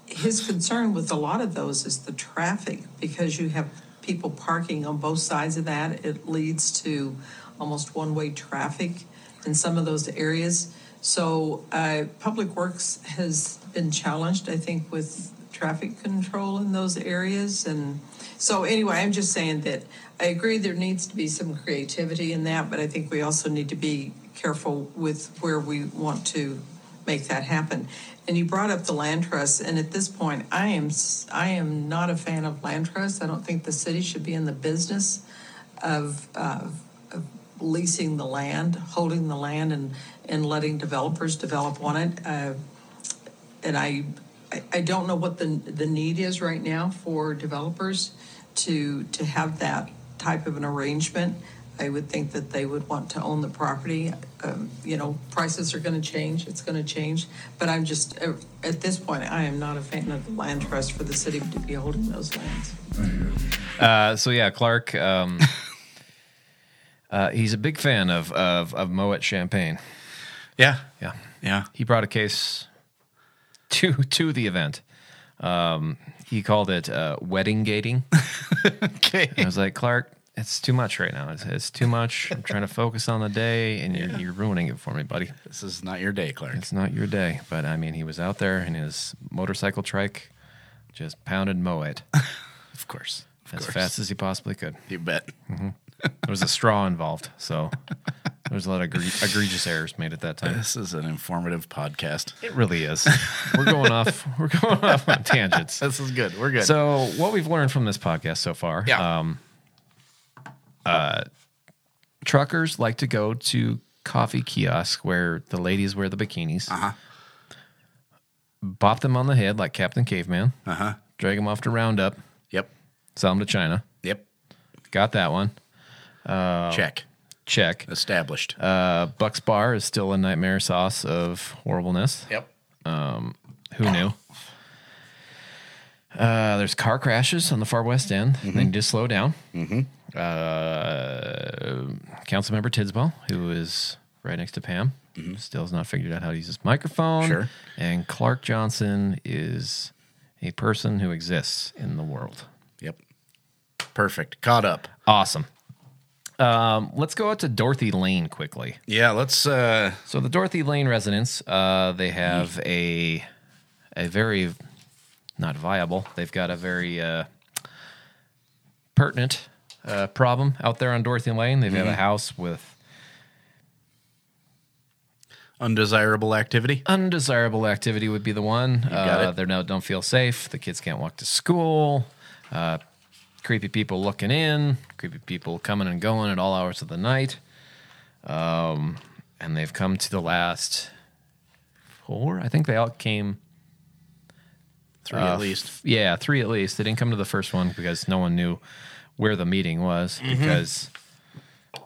[SPEAKER 5] his concern with a lot of those is the traffic because you have people parking on both sides of that. It leads to almost one way traffic in some of those areas. So, uh, Public Works has been challenged, I think, with traffic control in those areas. And so, anyway, I'm just saying that I agree there needs to be some creativity in that, but I think we also need to be careful with where we want to make that happen. And you brought up the land trust, and at this point, I am s- I am not a fan of land trusts. I don't think the city should be in the business of, of, of leasing the land, holding the land, and and letting developers develop on it. Uh, and I, I, I don't know what the the need is right now for developers to to have that type of an arrangement. I would think that they would want to own the property. Um, you know, prices are going to change. It's going to change. But I'm just uh, at this point, I am not a fan of the land trust for the city to be holding those lands.
[SPEAKER 1] Uh, so yeah, Clark.
[SPEAKER 2] [laughs]
[SPEAKER 1] Um, uh, he's a big fan of of of Moet Champagne.
[SPEAKER 2] Yeah,
[SPEAKER 1] Yeah,
[SPEAKER 2] yeah.
[SPEAKER 1] he brought a case to to the event. Um, he called it uh, wedding gating.
[SPEAKER 2] Okay.
[SPEAKER 1] I was like, Clark, it's too much right now. It's, it's too much. I'm trying to focus on the day, and you're you're ruining it for me, buddy.
[SPEAKER 2] This is not your day, Clark.
[SPEAKER 1] It's not your day, but I mean, he was out there in his motorcycle trike, just pounded Moet
[SPEAKER 2] Of course. Of
[SPEAKER 1] as
[SPEAKER 2] course.
[SPEAKER 1] fast as he possibly could.
[SPEAKER 2] You bet.
[SPEAKER 1] Mm-hmm. There was a straw involved, so there was a lot of egre- egregious errors made at that
[SPEAKER 2] [laughs]
[SPEAKER 1] time.
[SPEAKER 2] This is an informative podcast.
[SPEAKER 1] It really is. We're going off. We're going off on tangents.
[SPEAKER 2] This is good. We're good.
[SPEAKER 1] So, what we've learned from this podcast so far,
[SPEAKER 2] Yeah.
[SPEAKER 1] um, uh, truckers like to go to coffee kiosks where the ladies wear the bikinis,
[SPEAKER 2] Uh-huh.
[SPEAKER 1] bop them on the head like Captain Caveman,
[SPEAKER 2] uh-huh.
[SPEAKER 1] drag them off to Roundup,
[SPEAKER 2] Yep.
[SPEAKER 1] sell them to China.
[SPEAKER 2] Yep.
[SPEAKER 1] Got that one. Oh.
[SPEAKER 2] Check.
[SPEAKER 1] Check.
[SPEAKER 2] Established.
[SPEAKER 1] Uh, Buck's Bar is still a nightmare sauce of horribleness.
[SPEAKER 2] yep.
[SPEAKER 1] Who knew? Uh, there's car crashes on the far west end. They need to slow down. Mm-hmm. Uh, Councilmember Tidsball, who is right next to Pam, still has not figured out how to use his microphone.
[SPEAKER 2] Sure.
[SPEAKER 1] And Clark Johnson is a person who exists in the world.
[SPEAKER 2] Yep. Perfect. Caught up.
[SPEAKER 1] Awesome. Um, let's go out to Dorothy Lane quickly.
[SPEAKER 2] Yeah, let's uh
[SPEAKER 1] So the Dorothy Lane residents, uh, they have a a very not viable. They've got a very uh, pertinent uh, problem out there on Dorothy Lane. They've
[SPEAKER 2] Mm-hmm.
[SPEAKER 1] got a house with
[SPEAKER 2] undesirable activity.
[SPEAKER 1] undesirable activity would be the one.
[SPEAKER 2] got
[SPEAKER 1] Uh,
[SPEAKER 2] it.
[SPEAKER 1] they now don't feel safe. The kids can't walk to school. Uh, creepy people looking in. Creepy people coming and going at all hours of the night. Um, and they've come to the last four. I think they all came.
[SPEAKER 2] Three at least.
[SPEAKER 1] Yeah, three at least. They didn't come to the first one because no one knew where the meeting was
[SPEAKER 2] Mm-hmm.
[SPEAKER 1] because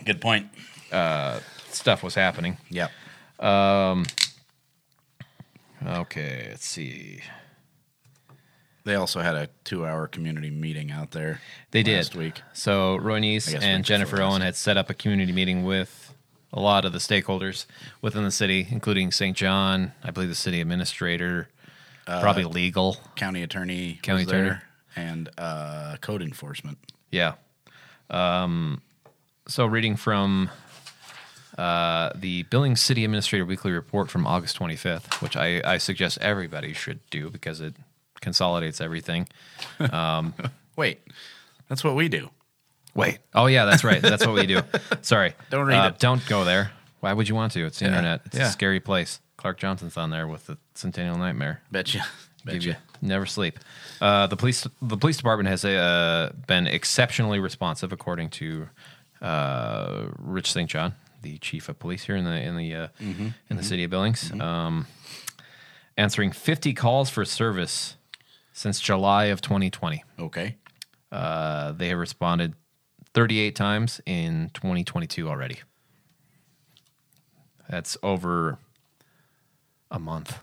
[SPEAKER 2] Good point.
[SPEAKER 1] stuff was happening.
[SPEAKER 2] Yep.
[SPEAKER 1] Okay, let's see.
[SPEAKER 2] They also had a two hour community meeting out there.
[SPEAKER 1] They
[SPEAKER 2] last
[SPEAKER 1] did.
[SPEAKER 2] week.
[SPEAKER 1] So Roy
[SPEAKER 2] I
[SPEAKER 1] Neese
[SPEAKER 2] guess
[SPEAKER 1] and
[SPEAKER 2] week before
[SPEAKER 1] Jennifer
[SPEAKER 2] last.
[SPEAKER 1] Owen had set up a community meeting with a lot of the stakeholders within the city, including St. John, I believe the city administrator,
[SPEAKER 2] Uh,
[SPEAKER 1] probably legal.
[SPEAKER 2] County attorney
[SPEAKER 1] County
[SPEAKER 2] was
[SPEAKER 1] attorney.
[SPEAKER 2] there and uh code enforcement.
[SPEAKER 1] Yeah. Um, so reading from uh, the Billings City Administrator Weekly Report from August 25th, which I, I suggest everybody should do because it consolidates everything.
[SPEAKER 2] Wait. That's what we do.
[SPEAKER 1] Wait. Oh yeah, that's right. That's what we
[SPEAKER 2] [laughs]
[SPEAKER 1] do. Sorry.
[SPEAKER 2] Don't read
[SPEAKER 1] Uh,
[SPEAKER 2] it.
[SPEAKER 1] Don't go there. Why would you want to? It's the
[SPEAKER 2] Yeah.
[SPEAKER 1] internet. It's
[SPEAKER 2] Yeah.
[SPEAKER 1] a scary place. Clark Johnson's on there with the Centennial Nightmare.
[SPEAKER 2] [laughs] Betcha.
[SPEAKER 1] Give
[SPEAKER 2] Betcha.
[SPEAKER 1] you never sleep. Uh, the police the police department has uh, been exceptionally responsive, according to uh, Rich St. John, the chief of police here in the in the uh,
[SPEAKER 2] Mm-hmm.
[SPEAKER 1] in the city of Billings, um, answering 50 calls for service since July of 2020.
[SPEAKER 2] Okay.
[SPEAKER 1] Uh, they have responded 38 times in 2022 already. That's over a month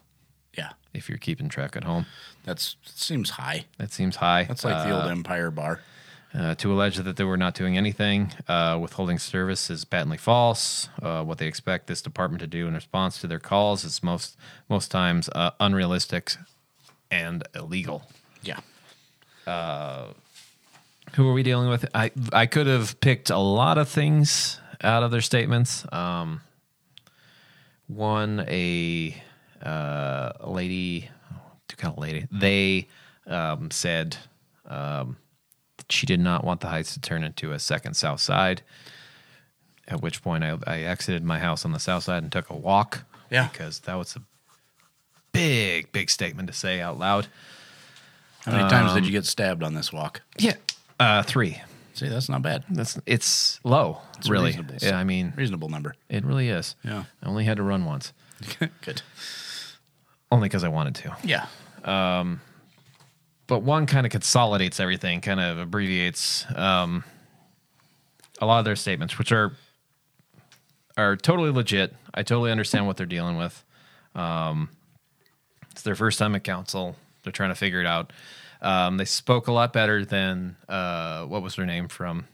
[SPEAKER 2] Yeah,
[SPEAKER 1] if you're keeping track at home.
[SPEAKER 2] that's seems high.
[SPEAKER 1] That seems high.
[SPEAKER 2] That's like the old Empire Bar.
[SPEAKER 1] uh, to allege that they were not doing anything. Uh, withholding service is patently false. Uh, what they expect this department to do in response to their calls is most most times uh, unrealistic and illegal.
[SPEAKER 2] Yeah,
[SPEAKER 1] Who are we dealing with? I I could have picked a lot of things out of their statements. Um, one a uh, a lady, to call it lady, they um, said um, that she did not want the Heights to turn into a second South Side. At which point, I, I exited my house on the South Side and took a walk.
[SPEAKER 2] Yeah.
[SPEAKER 1] because that was a big, big statement to say out loud.
[SPEAKER 2] how many times did you get stabbed on this walk?
[SPEAKER 1] Yeah, uh, three.
[SPEAKER 2] See, that's not bad.
[SPEAKER 1] That's it's low,
[SPEAKER 2] It's a
[SPEAKER 1] really.
[SPEAKER 2] reasonable-
[SPEAKER 1] Yeah, I mean,
[SPEAKER 2] Reasonable number.
[SPEAKER 1] it really is.
[SPEAKER 2] Yeah.
[SPEAKER 1] I only had to run once,
[SPEAKER 2] [laughs] Good.
[SPEAKER 1] only because I wanted to.
[SPEAKER 2] Yeah.
[SPEAKER 1] But one kind of consolidates everything, kind of abbreviates um, a lot of their statements, which are are totally legit. I totally understand what they're dealing with. Um, it's their first time at council. They're trying to figure it out. Um, they spoke a lot better than uh, what was her name from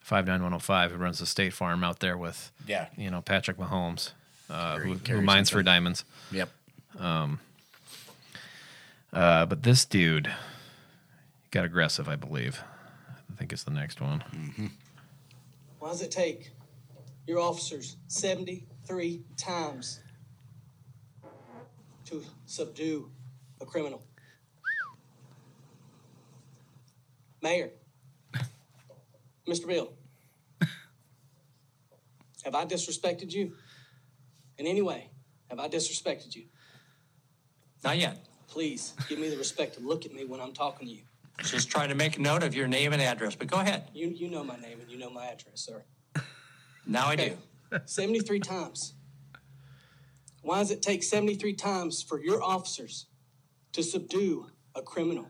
[SPEAKER 1] five nine one zero five, who runs the State Farm out there with
[SPEAKER 2] Yeah.
[SPEAKER 1] you know Patrick Mahomes, uh, who, who
[SPEAKER 2] Carries
[SPEAKER 1] mines for diamonds.
[SPEAKER 2] Yep.
[SPEAKER 1] Uh, but this dude got aggressive, I believe. I think it's the next one.
[SPEAKER 6] Why does it take your officers 73 times to subdue a criminal? Mayor, Mr. Bill, have I disrespected you in any way? Have I disrespected you?
[SPEAKER 7] Not yet.
[SPEAKER 6] Please give me the respect to look at me when I'm talking to you.
[SPEAKER 7] Just trying to make a note of your name and address, but go ahead.
[SPEAKER 6] You, you know my name and you know my address, sir.
[SPEAKER 7] Now I do.
[SPEAKER 6] 73 times. Why does it take 73 times for your officers to subdue a criminal?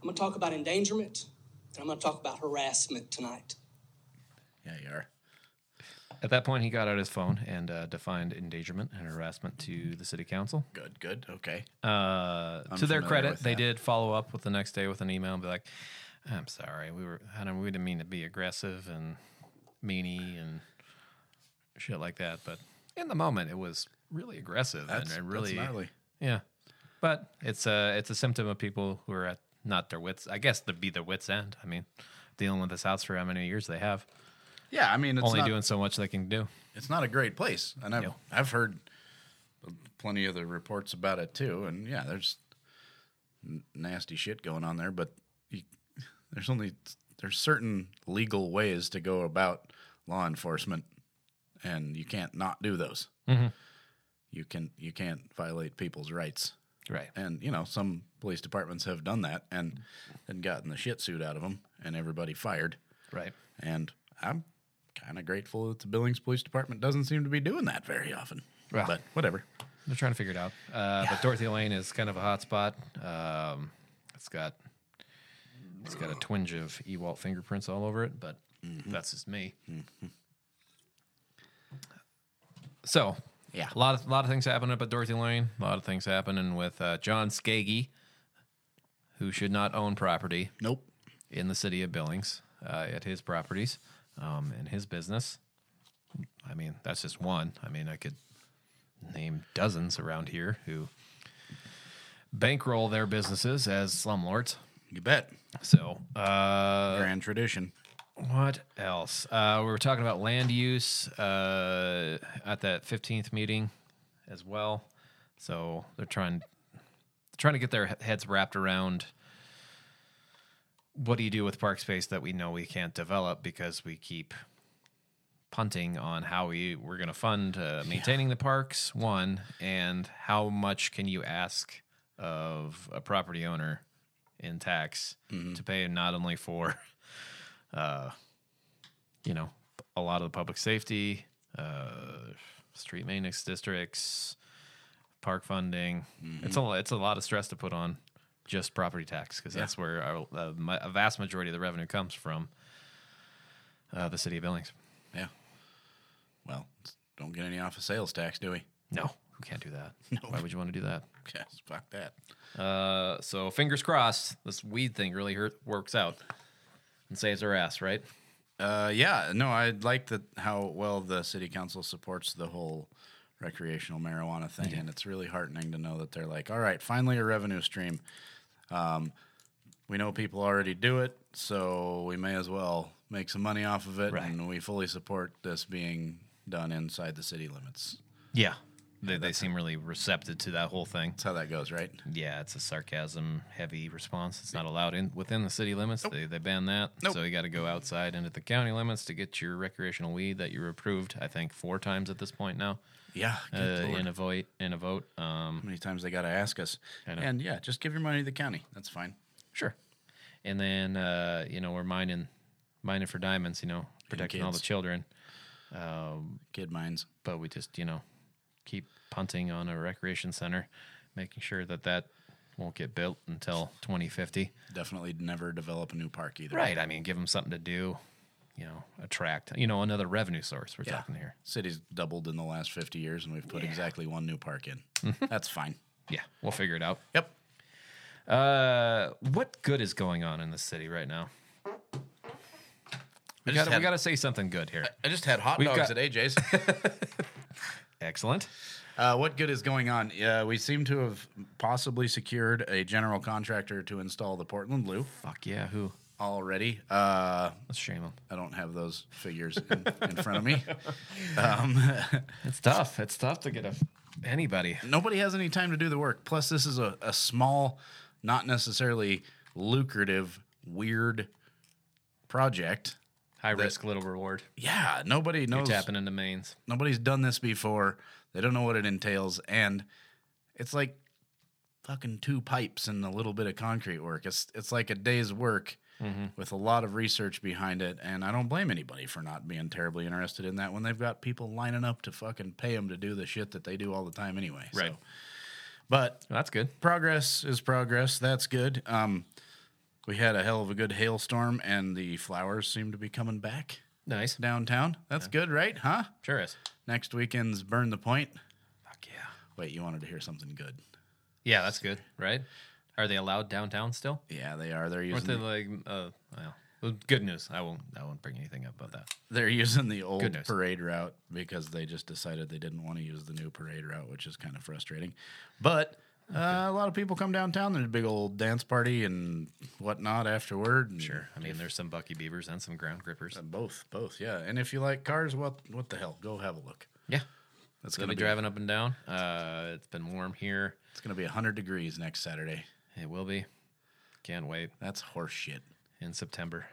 [SPEAKER 6] I'm going to talk about endangerment and I'm going to talk about harassment tonight.
[SPEAKER 2] Yeah, you are.
[SPEAKER 1] At that point, he got out his phone and uh, defined endangerment and harassment to the city council.
[SPEAKER 2] Good. Good. Okay.
[SPEAKER 1] Uh, to their
[SPEAKER 2] familiar
[SPEAKER 1] credit,
[SPEAKER 2] with
[SPEAKER 1] they
[SPEAKER 2] that.
[SPEAKER 1] did follow up with the next day with an email and be like, "I'm sorry, we were I don't we didn't mean to be aggressive and meany and shit like that." But in the moment, it was really aggressive
[SPEAKER 2] That's,
[SPEAKER 1] and really
[SPEAKER 2] that's gnarly.
[SPEAKER 1] Yeah, but it's a it's a symptom of people who are at not their wits. I guess to be their wits end. I mean, dealing with this house for how many years they have,
[SPEAKER 2] Yeah, I mean, it's
[SPEAKER 1] only
[SPEAKER 2] not,
[SPEAKER 1] doing so much they can do.
[SPEAKER 2] it's not a great place, and I've
[SPEAKER 1] No.
[SPEAKER 2] I've heard plenty of the reports about it too. And yeah, there's n- nasty shit going on there, but you, there's only there's certain legal ways to go about law enforcement, and you can't not do those. You can you can't violate people's rights,
[SPEAKER 1] Right.
[SPEAKER 2] and you know some police departments have done that and and gotten the shit suit out of them, and everybody fired.
[SPEAKER 1] Right.
[SPEAKER 2] And I'm kind of grateful that the Billings Police Department doesn't seem to be doing that very often.
[SPEAKER 1] Well.
[SPEAKER 2] But whatever.
[SPEAKER 1] They're trying to figure it out. Uh, But Dorothy Lane is kind of a hot spot. Um, it's got it's got a twinge of Ewalt fingerprints all over it, but that's just me. So
[SPEAKER 2] Yeah.
[SPEAKER 1] a lot of lot of things happening up at Dorothy Lane. A lot of things happening with uh, John Skaggy, who should not own property
[SPEAKER 2] Nope.
[SPEAKER 1] in the city of Billings uh, at his properties um, and his business. I mean, that's just one. I mean, I could name dozens around here who bankroll their businesses as slumlords.
[SPEAKER 2] You bet.
[SPEAKER 1] So, uh,
[SPEAKER 2] Grand tradition.
[SPEAKER 1] what else? Uh, we were talking about land use uh, at that 15th meeting as well. So they're trying trying to get their he- heads wrapped around what do you do with park space that we know we can't develop because we keep punting on how we we're going to fund uh, maintaining the parks one and how much can you ask of a property owner in tax to pay not only for you know, a lot of the public safety, uh, street Mm-hmm. maintenance districts, park funding. It's a lo- it's a lot of stress to put on just property tax because that's where our, uh, my, a vast majority of the revenue comes from. Uh, the city of Billings.
[SPEAKER 2] Yeah. Well, don't get any off of sales tax, do we? [laughs]
[SPEAKER 1] [laughs] No, we can't do that. Why would you want to do that?
[SPEAKER 2] Yes, fuck that.
[SPEAKER 1] Uh, so fingers crossed, this weed thing really hurt, works out and saves our ass, right?
[SPEAKER 2] Uh, yeah, no, I like that how well the city council supports the whole recreational marijuana thing, and it's really heartening to know that they're like, all right, finally a revenue stream. Um, we know people already do it, so we may as well make some money off of it,
[SPEAKER 1] Right.
[SPEAKER 2] and we fully support this being done inside the city limits.
[SPEAKER 1] Yeah. They, they seem really receptive to that whole thing.
[SPEAKER 2] That's how that goes, right?
[SPEAKER 1] Yeah, it's a sarcasm heavy response. It's not allowed in within the city limits. They, they ban that.
[SPEAKER 2] Nope.
[SPEAKER 1] So you got to go outside into the county limits to get your recreational weed that you were approved, I think, four times at this point now
[SPEAKER 2] Yeah.
[SPEAKER 1] uh,
[SPEAKER 2] good lord.
[SPEAKER 1] in a vote. In a vote. Um,
[SPEAKER 2] how many times they got to ask us?
[SPEAKER 1] I know.
[SPEAKER 2] And yeah, just give your money to the county. That's fine.
[SPEAKER 1] sure. And then, uh, you know, we're mining, mining for diamonds, you know, protecting all the
[SPEAKER 2] kids.
[SPEAKER 1] children.
[SPEAKER 2] Kid mines.
[SPEAKER 1] but we just you know keep punting on a recreation center, making sure that that won't get built until 2050.
[SPEAKER 2] Definitely never develop a new park either.
[SPEAKER 1] Right. I mean, give them something to do. You know, attract you know another revenue source. We're talking here.
[SPEAKER 2] City's doubled in the last 50 years, and we've put exactly one new
[SPEAKER 1] [laughs]
[SPEAKER 2] park in. That's fine.
[SPEAKER 1] Yeah, we'll figure it out.
[SPEAKER 2] Yep.
[SPEAKER 1] Uh, what good is going on in the city right now?
[SPEAKER 2] I
[SPEAKER 1] We
[SPEAKER 2] just,
[SPEAKER 1] got
[SPEAKER 2] had,
[SPEAKER 1] we got to say something good here.
[SPEAKER 2] I just had hot
[SPEAKER 1] We've
[SPEAKER 2] dogs
[SPEAKER 1] got-
[SPEAKER 2] at AJ's.
[SPEAKER 1] [laughs] Excellent.
[SPEAKER 2] uh, what good is going on? Uh, we seem to have possibly secured a general contractor to install the Portland Lou
[SPEAKER 1] Fuck yeah. Who?
[SPEAKER 2] already. Uh,
[SPEAKER 1] Let's shame them.
[SPEAKER 2] I don't have those figures in, in front
[SPEAKER 1] [laughs]
[SPEAKER 2] of me.
[SPEAKER 1] It's tough. It's tough to get a anybody.
[SPEAKER 2] nobody has any time to do the work. Plus, this is a, a small, not necessarily lucrative, weird project.
[SPEAKER 1] High risk, little reward.
[SPEAKER 2] Yeah, nobody
[SPEAKER 1] You're
[SPEAKER 2] knows.
[SPEAKER 1] tapping into mains.
[SPEAKER 2] Nobody's done this before. They don't know what it entails, and it's like fucking two pipes and a little bit of concrete work. It's it's like a day's work with a lot of research behind it, and I don't blame anybody for not being terribly interested in that when they've got people lining up to fucking pay them to do the shit that they do all the time anyway. so.
[SPEAKER 1] Right.
[SPEAKER 2] But
[SPEAKER 1] Well, that's good.
[SPEAKER 2] progress is progress. That's good. Um, we had a hell of a good hailstorm, and the flowers seem to be coming back
[SPEAKER 1] Nice.
[SPEAKER 2] downtown. That's good, right? Huh?
[SPEAKER 1] Sure is.
[SPEAKER 2] Next weekend's Burn the Point.
[SPEAKER 1] Fuck yeah.
[SPEAKER 2] Wait, you wanted to hear something good?
[SPEAKER 1] Yeah, that's good, right? Are they allowed downtown still?
[SPEAKER 2] Yeah, they are. They're using
[SPEAKER 1] Aren't they
[SPEAKER 2] the,
[SPEAKER 1] like? Uh, well, well, good news. I won't. I won't bring anything up about that.
[SPEAKER 2] they're using the old
[SPEAKER 1] Good news.
[SPEAKER 2] parade route because they just decided they didn't want to use the new parade route, which is kind of frustrating. But uh, a lot of people come downtown. There's a big old dance party and whatnot afterward. and-
[SPEAKER 1] Sure. I mean, there's some Bucky Beavers and some ground grippers.
[SPEAKER 2] both, both, yeah. And if you like cars, what what the hell? Go have a look.
[SPEAKER 1] Yeah,
[SPEAKER 2] That's
[SPEAKER 1] they'll
[SPEAKER 2] gonna
[SPEAKER 1] be
[SPEAKER 2] be
[SPEAKER 1] driving up and down. Uh, it's been warm here.
[SPEAKER 2] It's gonna be hundred degrees next Saturday.
[SPEAKER 1] It will be. Can't wait
[SPEAKER 2] That's horse shit.
[SPEAKER 1] in September.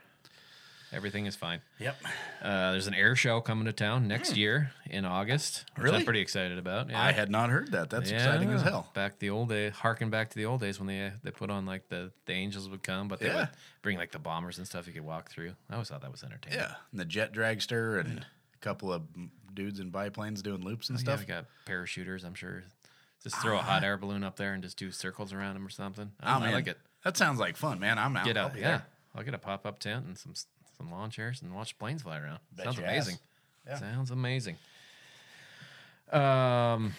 [SPEAKER 1] Everything is fine.
[SPEAKER 2] Yep. Hmm.
[SPEAKER 1] Uh, there's an air show coming to town next year in August. Which
[SPEAKER 2] Really?
[SPEAKER 1] I'm pretty excited about. Yeah.
[SPEAKER 2] I had not heard that. That's exciting as
[SPEAKER 1] Yeah.
[SPEAKER 2] hell.
[SPEAKER 1] Back the old day, harken back to the old days when they they put on like the the angels would come, but they
[SPEAKER 2] Yeah.
[SPEAKER 1] would bring like the bombers and stuff you could walk through. I always thought that was entertaining.
[SPEAKER 2] Yeah, and the jet dragster and a couple of m- dudes in biplanes doing loops and
[SPEAKER 1] Oh, Yeah,
[SPEAKER 2] stuff.
[SPEAKER 1] we got parachuters. I'm sure. Just throw a hot air balloon up there and just do circles around them or something. I,
[SPEAKER 2] Oh,
[SPEAKER 1] don't know, I
[SPEAKER 2] man.
[SPEAKER 1] like it.
[SPEAKER 2] That sounds like fun, man. I'm out.
[SPEAKER 1] Get
[SPEAKER 2] I'll
[SPEAKER 1] out,
[SPEAKER 2] be
[SPEAKER 1] yeah.
[SPEAKER 2] there.
[SPEAKER 1] I'll get a pop up tent and some some lawn chairs and watch planes fly around.
[SPEAKER 2] Bet
[SPEAKER 1] Sounds
[SPEAKER 2] your ass.
[SPEAKER 1] amazing.
[SPEAKER 2] Yeah.
[SPEAKER 1] Sounds amazing. Um,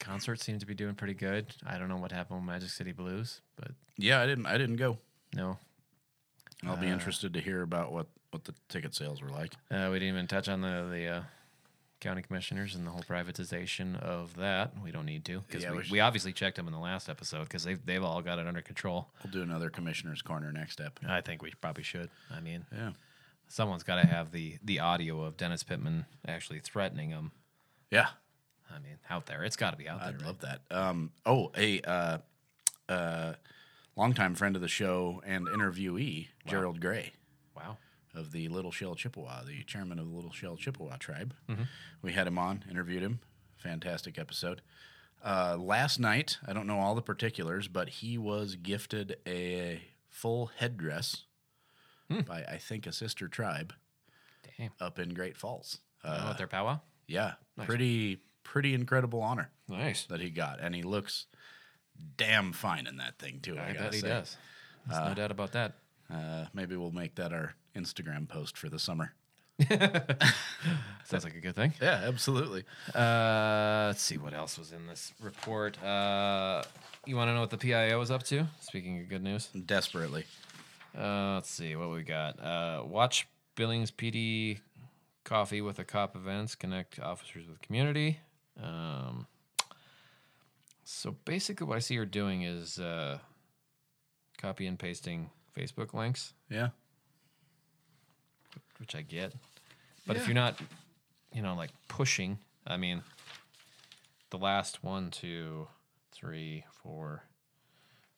[SPEAKER 1] concerts seem to be doing pretty good. I don't know what happened with Magic City Blues, but
[SPEAKER 2] Yeah, I didn't. I didn't go.
[SPEAKER 1] no,
[SPEAKER 2] I'll be interested to hear about what what the ticket sales were like.
[SPEAKER 1] Uh, we didn't even touch on the the uh, county commissioners and the whole privatization of that. We don't need to because
[SPEAKER 2] Yeah,
[SPEAKER 1] we,
[SPEAKER 2] we
[SPEAKER 1] we,
[SPEAKER 2] should-
[SPEAKER 1] obviously checked them in the last episode because they've they've all got it under control.
[SPEAKER 2] We'll do another commissioner's corner next up.
[SPEAKER 1] I think we probably should. I mean,
[SPEAKER 2] Yeah.
[SPEAKER 1] someone's got to have the the audio of Dennis Pittman actually threatening them.
[SPEAKER 2] Yeah.
[SPEAKER 1] I mean, out there, it's got to be out
[SPEAKER 2] I
[SPEAKER 1] there.
[SPEAKER 2] love that. Um, oh, a uh, uh, longtime friend of the show and interviewee, Gerald Gray
[SPEAKER 1] Wow.
[SPEAKER 2] of the Little Shell Chippewa,
[SPEAKER 1] Mm-hmm.
[SPEAKER 2] the chairman of the Little Shell Chippewa tribe. We had him on, interviewed him. Fantastic episode. Uh, last night, I don't know all the particulars, but he was gifted a full headdress by, I think, a sister tribe
[SPEAKER 1] Hmm. Damn.
[SPEAKER 2] up in Great Falls.
[SPEAKER 1] Oh, at their powwow.
[SPEAKER 2] Yeah, pretty pretty incredible honor
[SPEAKER 1] Nice.
[SPEAKER 2] that he got, and he looks damn fine in that thing too. I,
[SPEAKER 1] I
[SPEAKER 2] gotta
[SPEAKER 1] bet he
[SPEAKER 2] say.
[SPEAKER 1] does. There's no doubt about that.
[SPEAKER 2] Uh, maybe we'll make that our Instagram post for the summer.
[SPEAKER 1] Sounds like a good thing.
[SPEAKER 2] Yeah, absolutely.
[SPEAKER 1] Uh, let's see what else was in this report. Uh, you want to know what the PIO was up to? Speaking of good news,
[SPEAKER 2] Desperately.
[SPEAKER 1] uh, let's see what we got. Uh, watch Billings PD coffee with a cop events. Connect officers with community. Um, so basically, what I see her doing is uh, copy and pasting Facebook links,
[SPEAKER 2] Yeah.
[SPEAKER 1] which I get. But if
[SPEAKER 2] Yeah.
[SPEAKER 1] you're not, you know, like pushing, I mean, the last one, two, three, four,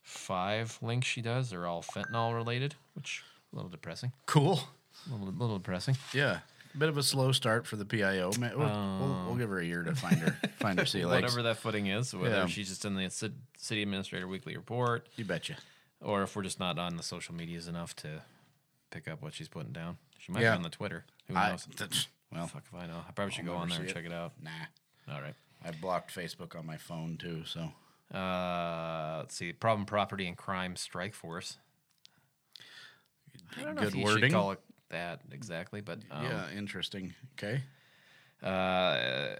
[SPEAKER 1] five links she does are all fentanyl related, which a little depressing.
[SPEAKER 2] Cool.
[SPEAKER 1] A little, little depressing.
[SPEAKER 2] Yeah. Bit of a slow start for the PIO. Ma- We'll, we'll, we'll give her a year to find her
[SPEAKER 1] [laughs]
[SPEAKER 2] find her sea legs.
[SPEAKER 1] Um. Whatever that footing is, whether
[SPEAKER 2] Yeah.
[SPEAKER 1] she's just in the ci- city administrator weekly report,
[SPEAKER 2] You betcha.
[SPEAKER 1] or if we're just not on the social medias enough to pick up what she's putting down. She might
[SPEAKER 2] Yeah.
[SPEAKER 1] be on the Twitter. Who
[SPEAKER 2] I,
[SPEAKER 1] knows?
[SPEAKER 2] that's, well,
[SPEAKER 1] Fuck if I know. I probably should
[SPEAKER 2] I'll
[SPEAKER 1] go on there
[SPEAKER 2] never
[SPEAKER 1] and
[SPEAKER 2] see
[SPEAKER 1] check it out.
[SPEAKER 2] nah.
[SPEAKER 1] All right.
[SPEAKER 2] I blocked Facebook on my phone too, so
[SPEAKER 1] Uh, let's see. Problem, property, and crime strike force. I don't know
[SPEAKER 2] Good
[SPEAKER 1] if you
[SPEAKER 2] wording.
[SPEAKER 1] should call it that exactly, but um,
[SPEAKER 2] yeah, interesting. Okay.
[SPEAKER 1] uh,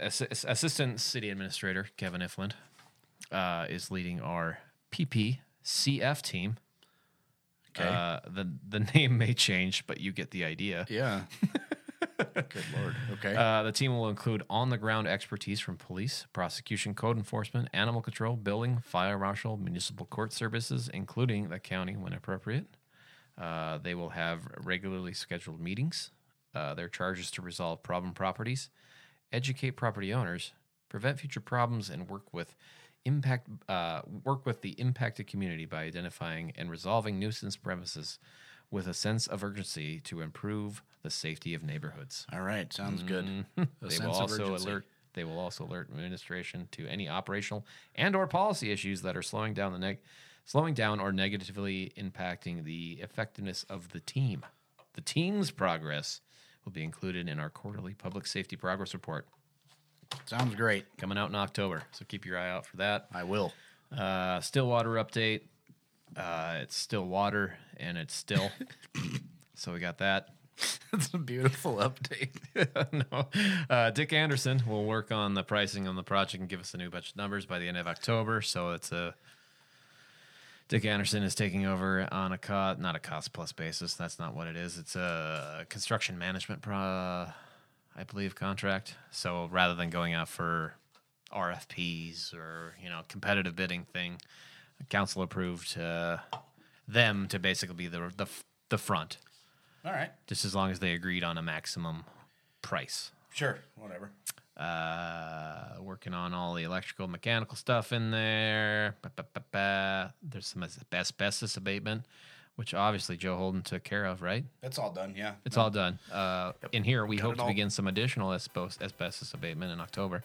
[SPEAKER 1] Ass- Assistant City Administrator Kevin Ifland uh, is leading our PPCF team.
[SPEAKER 2] Okay.
[SPEAKER 1] Uh, the the [laughs] name may change, but you get the idea. [laughs]
[SPEAKER 2] yeah. Good lord. Okay.
[SPEAKER 1] Uh, the team will include on the ground expertise from police, prosecution, code enforcement, animal control, building, fire marshal, municipal court services, including the county when appropriate. Uh, they will have regularly scheduled meetings. Uh, their charge is to resolve problem properties, educate property owners, prevent future problems, and work with impact uh, work with the impacted community by identifying and resolving nuisance premises with a sense of urgency to improve the safety of neighborhoods.
[SPEAKER 2] All right. Sounds good. A
[SPEAKER 1] Mm-hmm. They will
[SPEAKER 2] sense of
[SPEAKER 1] also
[SPEAKER 2] urgency.
[SPEAKER 1] alert. They will also alert administration to any operational and/or policy issues that are slowing down the neg- slowing down or negatively impacting the effectiveness of the team. The team's progress will be included in our quarterly public safety progress report
[SPEAKER 2] Sounds great.
[SPEAKER 1] coming out in October. So keep your eye out for that.
[SPEAKER 2] I will.
[SPEAKER 1] Uh, Stillwater update. Uh, it's still water and it's
[SPEAKER 2] [laughs]
[SPEAKER 1] still. so we got that.
[SPEAKER 2] That's a
[SPEAKER 1] [laughs]
[SPEAKER 2] beautiful update.
[SPEAKER 1] no. Uh, Dick Anderson will work on the pricing on the project and give us a new bunch of numbers by the end of October. So it's a Dick Anderson is taking over on a cost, not a cost plus basis. That's not what it is. It's a construction management, pro, I believe, contract. So rather than going out for RFPs or you know competitive bidding thing, council approved uh, them to basically be the the the front
[SPEAKER 2] All right.
[SPEAKER 1] just as long as they agreed on a maximum price.
[SPEAKER 2] Sure. Whatever.
[SPEAKER 1] Uh, working on all the electrical, mechanical stuff in there. Ba, ba, ba, ba. There's some as- asbestos abatement, which obviously Joe Holden took care of, right?
[SPEAKER 2] That's all done. Yeah.
[SPEAKER 1] It's all done. Uh, In here, we hope
[SPEAKER 2] it
[SPEAKER 1] to
[SPEAKER 2] all.
[SPEAKER 1] begin some additional asbos- asbestos abatement in October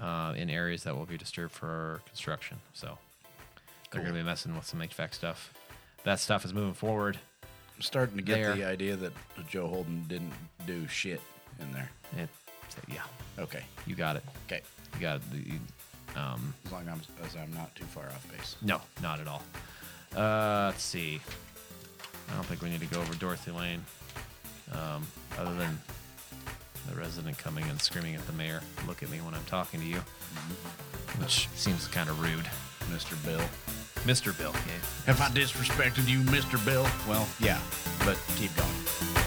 [SPEAKER 1] uh, in areas that will be disturbed for construction. So they're going to be messing with some HVAC stuff. That stuff is moving forward.
[SPEAKER 2] I'm starting to get
[SPEAKER 1] There.
[SPEAKER 2] the idea that Joe Holden didn't do shit in there.
[SPEAKER 1] It, yeah,
[SPEAKER 2] Okay.
[SPEAKER 1] you got it.
[SPEAKER 2] Okay.
[SPEAKER 1] You got it. You-
[SPEAKER 2] As long as I'm, as I'm not too far off base.
[SPEAKER 1] No, not at all. Uh, let's see. I don't think we need to go over Dorothy Lane, um, other than the resident coming and screaming at the mayor, "Look at me when I'm talking to you," which seems kind of rude,
[SPEAKER 2] Mr. Bill.
[SPEAKER 1] Mister Bill. Yeah.
[SPEAKER 2] Have I disrespected you, Mr. Bill? Well, yeah, but keep going.